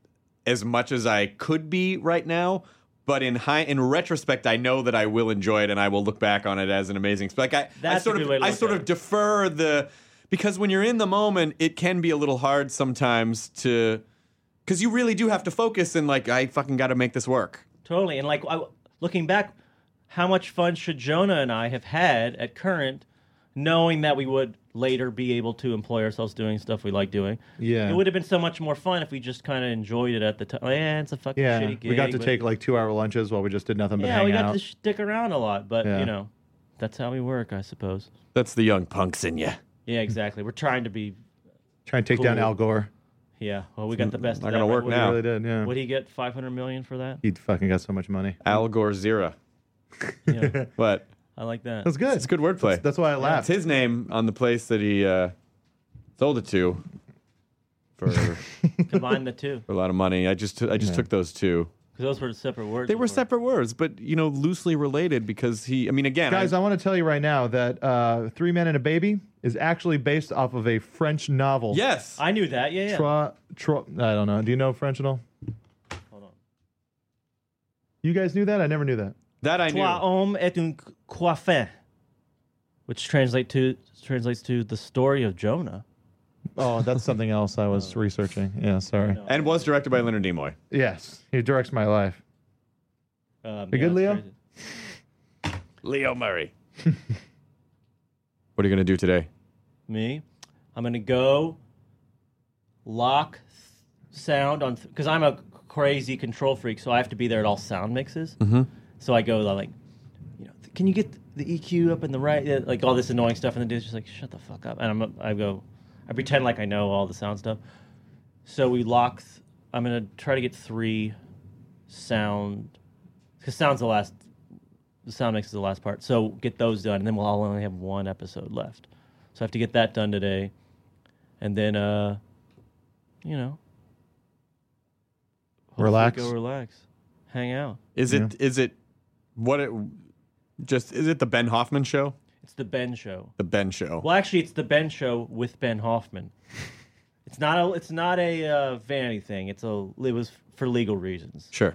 Speaker 7: as much as I could be right now, but in high in retrospect, I know that I will enjoy it and I will look back on it as an amazing. Like I, I
Speaker 5: That's a
Speaker 7: sort
Speaker 5: good
Speaker 7: of,
Speaker 5: way to
Speaker 7: I
Speaker 5: look
Speaker 7: sort
Speaker 5: at
Speaker 7: of
Speaker 5: it.
Speaker 7: defer the because when you're in the moment, it can be a little hard sometimes to because you really do have to focus and like I fucking got to make this work.
Speaker 5: Totally. And like I, looking back, how much fun should Jonah and I have had at Current, knowing that we would later be able to employ ourselves doing stuff we like doing?
Speaker 3: Yeah.
Speaker 5: It would have been so much more fun if we just kind of enjoyed it at the time. Yeah, it's a fucking
Speaker 3: yeah.
Speaker 5: shitty gig.
Speaker 3: we got to
Speaker 5: but-
Speaker 3: take like two hour lunches while we just did nothing but
Speaker 5: Yeah,
Speaker 3: hang
Speaker 5: we got
Speaker 3: out.
Speaker 5: to stick around a lot, but
Speaker 3: Yeah.
Speaker 5: you know, that's how we work, I suppose.
Speaker 7: That's the young punks in you.
Speaker 5: Yeah, exactly. We're trying to be
Speaker 3: Trying to take down
Speaker 5: Cool.
Speaker 3: Al Gore.
Speaker 5: Yeah. Well, we got the best.
Speaker 7: not
Speaker 5: of
Speaker 7: gonna
Speaker 5: that, right?
Speaker 7: work
Speaker 5: What-
Speaker 7: now.
Speaker 3: Really did, yeah.
Speaker 5: Would he get 500 million for that?
Speaker 3: He fucking got so much money.
Speaker 7: Al Gorzira.
Speaker 5: Yeah,
Speaker 7: What?
Speaker 5: I like that.
Speaker 3: That's good.
Speaker 7: It's good wordplay.
Speaker 3: That's why I
Speaker 7: That's
Speaker 3: laughed.
Speaker 7: his name on the place that he uh, sold it to for, for
Speaker 5: Combine the two
Speaker 7: a lot of money. I just I just took those two.
Speaker 5: because those were separate words.
Speaker 7: They were
Speaker 5: before.
Speaker 7: separate words, but you know, loosely related because he. I mean, again,
Speaker 3: Guys,
Speaker 7: I,
Speaker 3: I want to tell you right now that uh, Three Men and a Baby is actually based off of a French novel.
Speaker 7: yes,
Speaker 5: I knew that. Yeah. yeah.
Speaker 3: Tra, tra, I don't know. Do you know French at all?
Speaker 5: Hold on.
Speaker 3: You guys knew that? I never knew that.
Speaker 7: that I
Speaker 5: Trois
Speaker 7: knew.
Speaker 5: hommes et un coiffin, which translate to translates to the story of Jonah.
Speaker 3: Oh, that's something else I
Speaker 5: Oh.
Speaker 3: was researching. Yeah, sorry.
Speaker 7: And was directed by Leonard Nimoy.
Speaker 3: Yes, he directs my life.
Speaker 5: Um, yeah,
Speaker 3: You good,
Speaker 5: it's
Speaker 3: Leo?
Speaker 5: crazy.
Speaker 7: Leo Murray. what are you gonna do today?
Speaker 5: Me, I'm gonna go lock th- sound on because I'm a crazy control freak, so I have to be there at all sound mixes. Mm-hmm. So I go like, you know, can you get the EQ up in the right? Yeah, Like all this annoying stuff, and the dude's just like, shut the fuck up. And I'm I go, I pretend like I know all the sound stuff. So we lock. Th- I'm gonna try to get three sound because sound's the last. The sound mix is the last part. So get those done, and then we'll all only have one episode left. So I have to get that done today, and then uh, you know, hopefully
Speaker 3: Relax.
Speaker 5: go relax, hang out.
Speaker 7: Is it is it what it just is it the Ben Hoffman show?
Speaker 5: It's the Ben Show.
Speaker 7: The Ben show.
Speaker 5: Well, actually, it's the Ben Show with Ben Hoffman. It's not a it's not a uh, vanity thing. It's a it was for legal reasons.
Speaker 7: Sure.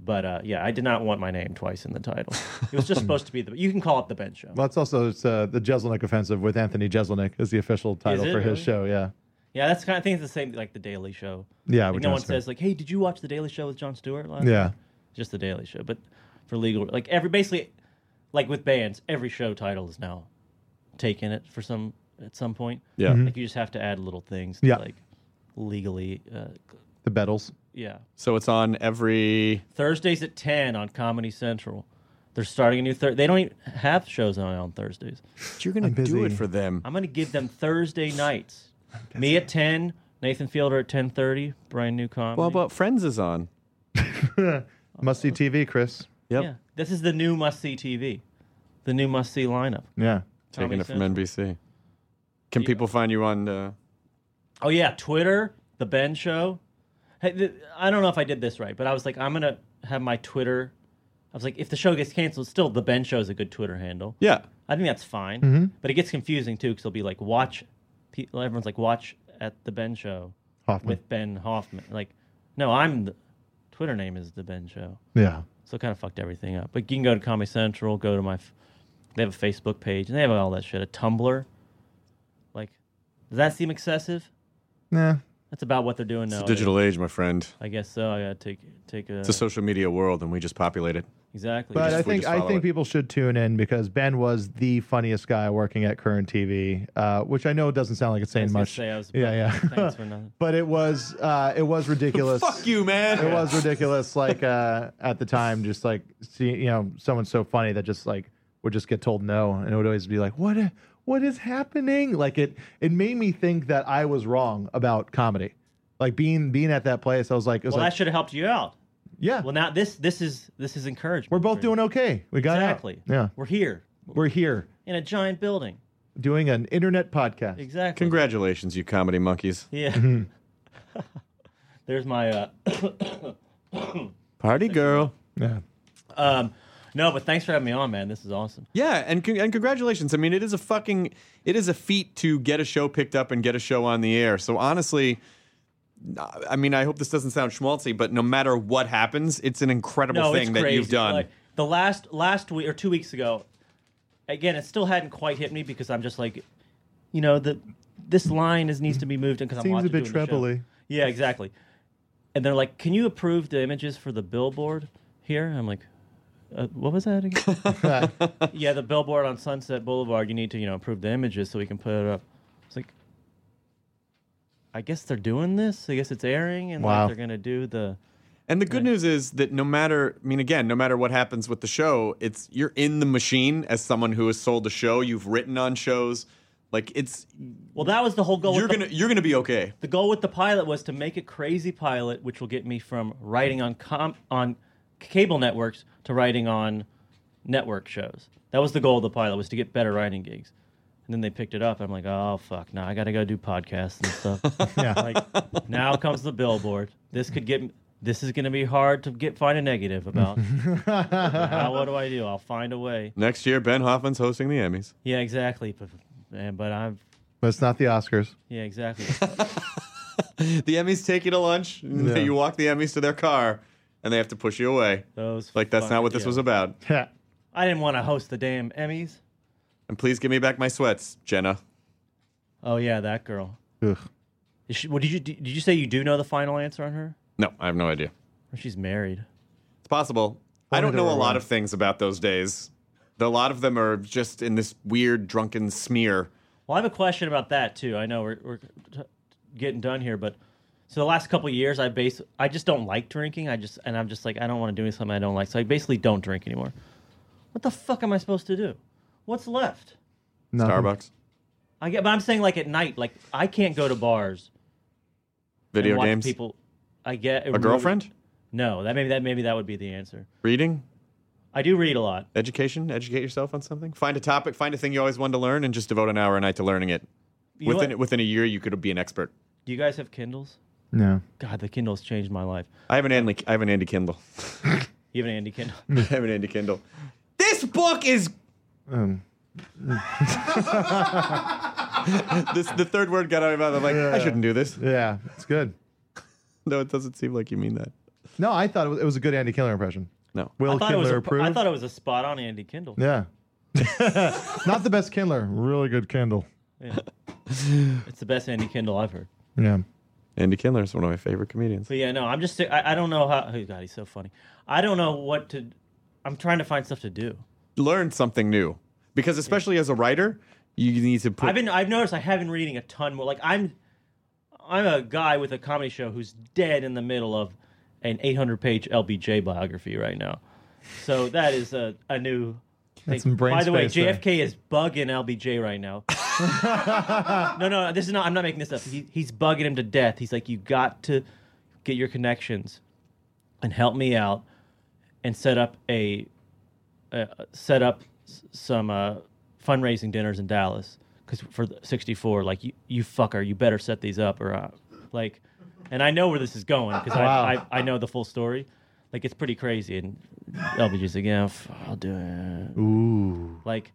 Speaker 5: But uh, yeah, I did not want my name twice in the title. It was just supposed to be the. You can call it the Ben Show.
Speaker 3: Well, it's also it's, uh, the Jeselnik Offensive with Anthony Jeselnik is the official title
Speaker 5: it
Speaker 3: for his
Speaker 5: really?
Speaker 3: show. Yeah.
Speaker 5: Yeah, that's kind. Of, I think it's the same like the Daily Show.
Speaker 3: Yeah,
Speaker 5: Like,
Speaker 3: with
Speaker 5: no
Speaker 3: Jon
Speaker 5: one
Speaker 3: Stewart.
Speaker 5: says like, "Hey, did you watch the Daily Show with Jon Stewart?" Last
Speaker 3: Yeah.
Speaker 5: just the Daily Show. But for legal, like every basically, like with bands, every show title is now taken it for some at some point.
Speaker 7: Yeah.
Speaker 3: Mm-hmm.
Speaker 5: Like you just have to add little things. To,
Speaker 3: Yeah.
Speaker 5: Like legally, uh,
Speaker 3: The Beatles.
Speaker 5: yeah.
Speaker 7: So it's on every
Speaker 5: Thursdays at ten on Comedy Central. They're starting a new third. They don't even have shows on on Thursdays.
Speaker 7: You're gonna
Speaker 3: I'm
Speaker 7: do it
Speaker 3: busy.
Speaker 7: for them.
Speaker 5: I'm gonna give them Thursday nights. Me at ten. Nathan Fielder at ten thirty. Brand new comedy.
Speaker 7: Well, but Friends is on.
Speaker 5: Oh,
Speaker 3: Must see TV, Chris.
Speaker 7: Yep.
Speaker 5: Yeah, this is the new must see TV, the new must see lineup.
Speaker 3: Yeah.
Speaker 7: Taking
Speaker 5: Comedy
Speaker 7: it from NBC. Can people find you on? Uh,
Speaker 5: Oh yeah, Twitter, the Ben Show. Hey, th- I don't know if I did this right, but I was like, I'm gonna have my Twitter. I was like, if the show gets canceled, still the Ben Show is a good Twitter handle.
Speaker 7: yeah.
Speaker 5: I think that's fine, but it gets confusing too because they'll be like, watch. pe- Everyone's like, watch at the Ben Show
Speaker 3: Hoffman.
Speaker 5: with Ben Hoffman. Like, no, I'm the Twitter name is the Ben Show.
Speaker 3: yeah.
Speaker 5: So it kind of fucked everything up. But you can go to Comedy Central, go to my, f- they have a Facebook page, and they have all that shit. A Tumblr. Like, does that seem excessive?
Speaker 3: Nah.
Speaker 5: That's about what they're doing now.
Speaker 7: It's a digital age, my friend.
Speaker 5: I guess so. I gotta take take a
Speaker 7: It's a social media world, and we just populate it.
Speaker 5: exactly.
Speaker 3: But I
Speaker 7: just- we
Speaker 3: think
Speaker 7: just
Speaker 3: I
Speaker 7: follow
Speaker 3: think
Speaker 7: it.
Speaker 3: people should tune in because Ben was the funniest guy working at Current TV, uh, which I know doesn't sound like it's
Speaker 5: I
Speaker 3: saying
Speaker 5: was gonna
Speaker 3: much.
Speaker 5: say I was-
Speaker 3: yeah, yeah.
Speaker 5: Thanks for nothing.
Speaker 3: but it was uh, it was ridiculous.
Speaker 7: Fuck you, man.
Speaker 3: It was ridiculous. Like uh, at the time, just like see, you know, someone so funny that just like would just get told no, and it would always be like, what what is happening? Like it it made me think that I was wrong about comedy. Like being being at that place, I was like, it was
Speaker 5: Well,
Speaker 3: like,
Speaker 5: that should have helped you out.
Speaker 3: yeah,
Speaker 5: Well, now this this is this is encouragement.
Speaker 3: we're both
Speaker 5: for you.
Speaker 3: doing okay. We got out.
Speaker 5: exactly.
Speaker 3: Yeah,
Speaker 5: we're here
Speaker 3: we're here
Speaker 5: in a giant building.
Speaker 3: doing an internet podcast.
Speaker 5: Exactly.
Speaker 7: Congratulations, you comedy monkeys.
Speaker 5: Yeah. There's my uh,
Speaker 7: Party girl.
Speaker 3: Yeah.
Speaker 5: um, no, but thanks for having me on, man. This is awesome.
Speaker 7: Yeah, and con- and congratulations. I mean, it is a fucking it is a feat to get a show picked up and get a show on the air. So honestly, I mean, I hope this doesn't sound schmaltzy, but no matter what happens, it's an incredible
Speaker 5: no,
Speaker 7: thing
Speaker 5: it's
Speaker 7: that
Speaker 5: crazy.
Speaker 7: you've done.
Speaker 5: Like, the last last week or two weeks ago, again, it still hadn't quite hit me because I'm just like, you know, the this line is needs to be moved because I'm
Speaker 3: Seems a
Speaker 5: watching doing
Speaker 3: bit
Speaker 5: the show.
Speaker 3: trebly.
Speaker 5: Yeah, exactly. And they're like, "Can you approve the images for the billboard here?" I'm like, uh, "What was that again?" yeah, the billboard on Sunset Boulevard. You need to, you know, approve the images so we can put it up. It's like, I guess they're doing this. I guess it's airing, and
Speaker 3: Wow.
Speaker 5: like, they're gonna do the.
Speaker 7: And the good news is that no matter, I mean, again, no matter what happens with the show, it's you're in the machine as someone who has sold the show. You've written on shows. Like it's
Speaker 5: Well, that was the whole goal.
Speaker 7: you're
Speaker 5: with the-
Speaker 7: gonna you're gonna be okay.
Speaker 5: The goal with the pilot was to make a crazy pilot, which will get me from writing on com- on cable networks to writing on network shows. That was the goal of the pilot was to get better writing gigs. And then they picked it up. I'm like, oh fuck, now I got to go do podcasts and stuff.
Speaker 3: Yeah.
Speaker 5: Like now comes the billboard. This could get this is going to be hard to get find a negative about. now what do I do? I'll find a way.
Speaker 7: Next year, Ben Hoffman's hosting the Emmys.
Speaker 5: Yeah, exactly. But man, but I'm
Speaker 3: But it's not the Oscars.
Speaker 5: yeah, exactly.
Speaker 7: The Emmys take you to lunch.
Speaker 3: Yeah.
Speaker 7: You walk the Emmys to their car, and they have to push you away.
Speaker 5: Those
Speaker 7: Like that's not
Speaker 5: fuck-
Speaker 7: what this
Speaker 5: yeah.
Speaker 7: was about.
Speaker 3: Yeah.
Speaker 5: I didn't want to host the damn Emmys.
Speaker 7: And please give me back my sweats, Jenna.
Speaker 5: Oh yeah, that girl.
Speaker 3: Ugh.
Speaker 5: Is she, what did you did you say you do know the final answer on her?
Speaker 7: No, I have no idea.
Speaker 5: Or she's married.
Speaker 7: It's possible. I don't
Speaker 3: to
Speaker 7: know a
Speaker 3: her
Speaker 7: lot
Speaker 3: one.
Speaker 7: of things about those days. A lot of them are just in this weird drunken smear.
Speaker 5: Well, I have a question about that too. I know we're, we're t- getting done here, but so the last couple of years, I base I just don't like drinking. I just and I'm just like I don't want to do something I don't like, so I basically don't drink anymore. What the fuck am I supposed to do? What's left?
Speaker 3: Nothing.
Speaker 5: Uh-huh.
Speaker 7: Starbucks,
Speaker 5: I get, but I'm saying like at night, like I can't go to bars. and
Speaker 7: video
Speaker 5: watch
Speaker 7: games,
Speaker 5: People, I get
Speaker 7: a girlfriend,
Speaker 5: No, that maybe that maybe that would be the answer.
Speaker 7: reading,
Speaker 5: I do read a lot.
Speaker 7: education. Educate yourself on something. Find a topic. Find a thing you always wanted to learn, and just devote an hour a night to learning it.
Speaker 5: You know
Speaker 7: Within
Speaker 5: what?
Speaker 7: within a year, you could be an expert.
Speaker 5: do you guys have Kindles?
Speaker 3: No.
Speaker 5: God, the Kindle's changed my life.
Speaker 7: I have an Andy. I have an Andy Kindle.
Speaker 5: You have an Andy Kindle.
Speaker 7: I have an Andy Kindle. This book is.
Speaker 3: Um,
Speaker 7: This the third word got out of my mouth. I'm like, I shouldn't do this.
Speaker 3: yeah, it's good.
Speaker 7: No, it doesn't seem like you mean that.
Speaker 3: No, I thought it was, it was a good Andy Killer impression.
Speaker 7: No.
Speaker 3: Will
Speaker 5: I thought, it was
Speaker 3: Kindler
Speaker 5: a,
Speaker 3: approve?
Speaker 5: I thought it was a spot on Andy Kindle.
Speaker 3: yeah. Not the best Kindler. Really good Kindle.
Speaker 5: It's the best Andy Kindle I've heard.
Speaker 3: Yeah.
Speaker 7: Andy Kindler is one of my favorite comedians.
Speaker 5: But yeah, no, I'm just I, I don't know how. Oh God, he's so funny. I don't know what to. I'm trying to find stuff to do.
Speaker 7: Learn something new, because especially as a writer, you need to put.
Speaker 5: I've been I've noticed I have been reading a ton more. Like I'm I'm a guy with a comedy show who's dead in the middle of an 800 page LBJ biography right now. So that is a a new. Thing.
Speaker 3: some brain
Speaker 5: By the way,
Speaker 3: space there.
Speaker 5: JFK is bugging LBJ right now. no, no, this is not. I'm not making this up. He, he's bugging him to death. He's like, you got to get your connections and help me out and set up a uh, set up s- some uh, fundraising dinners in Dallas because for the 64, like you, you fucker, you better set these up or uh, like, and I know where this is going because I, I I know the full story. Like it's pretty crazy, and LBG's like, yeah, f- I'll do it.
Speaker 3: Ooh.
Speaker 5: Like,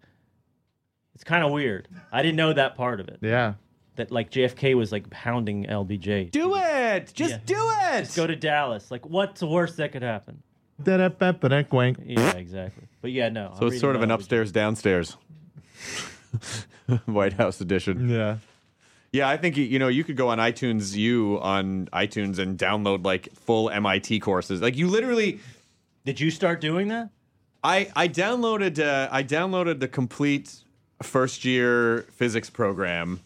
Speaker 5: it's kind of weird. I didn't know that part of it.
Speaker 3: Yeah.
Speaker 5: That like JFK was like hounding LBJ.
Speaker 7: do it. Just
Speaker 5: Yeah.
Speaker 7: do it.
Speaker 5: Go to Dallas. Like, what's the worst that could happen?
Speaker 3: Da-da-ba-ba-da-quank.
Speaker 5: Yeah, exactly. But yeah, no.
Speaker 7: so it's sort of an upstairs downstairs. White House edition.
Speaker 3: Yeah.
Speaker 7: Yeah, I think you know you could go on iTunes U on iTunes and download like full MIT courses. Like you literally
Speaker 5: Did you start doing that?
Speaker 7: I I downloaded uh, I downloaded the complete first year physics program.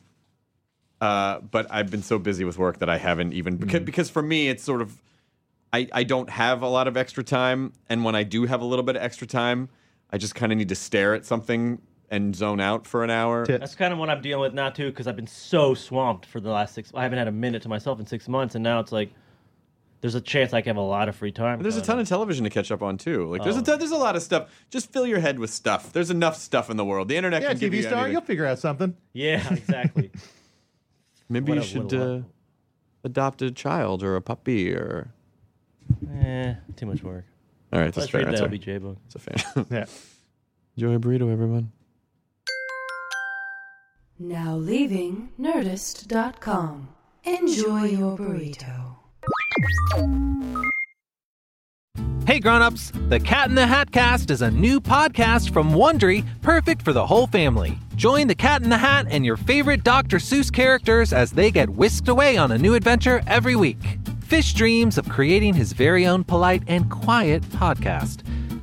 Speaker 7: Uh, but I've been so busy with work that I haven't even
Speaker 5: Mm-hmm.
Speaker 7: because, because for me it's sort of I, I don't have a lot of extra time and when I do have a little bit of extra time I just kind of need to stare at something and zone out for an hour.
Speaker 3: Tit.
Speaker 5: That's kind of what I'm dealing with now too, because I've been so swamped for the last six. I haven't had a minute to myself in six months, and now it's like there's a chance I can have a lot of free time. Uh,
Speaker 7: There's a
Speaker 5: going
Speaker 7: ton
Speaker 5: on.
Speaker 7: of television to catch up on too. Like
Speaker 5: Oh.
Speaker 7: there's a ton, there's a lot of stuff. Just fill your head with stuff. There's enough stuff in the world. The internet
Speaker 3: Yeah,
Speaker 7: can give
Speaker 3: TV
Speaker 7: you
Speaker 3: star,
Speaker 7: anything.
Speaker 3: you'll figure out something.
Speaker 5: yeah, exactly.
Speaker 7: Maybe you
Speaker 5: What a-
Speaker 7: should
Speaker 5: what a lot.
Speaker 7: uh, adopt a child or a puppy or.
Speaker 5: eh, too much work.
Speaker 7: All right, that's a
Speaker 5: Let's
Speaker 7: fair
Speaker 5: read the
Speaker 7: answer.
Speaker 5: LBJ book.
Speaker 7: It's a fair.
Speaker 3: Yeah.
Speaker 7: Enjoy a burrito, everyone.
Speaker 2: Now leaving Nerdist.com. Enjoy your burrito.
Speaker 8: Hey grown-ups, The Cat in the Hat Cast is a new podcast from Wondery, perfect for the whole family. Join The Cat in the Hat and your favorite Dr. Seuss characters as they get whisked away on a new adventure every week. Fish dreams of creating his very own polite and quiet podcast.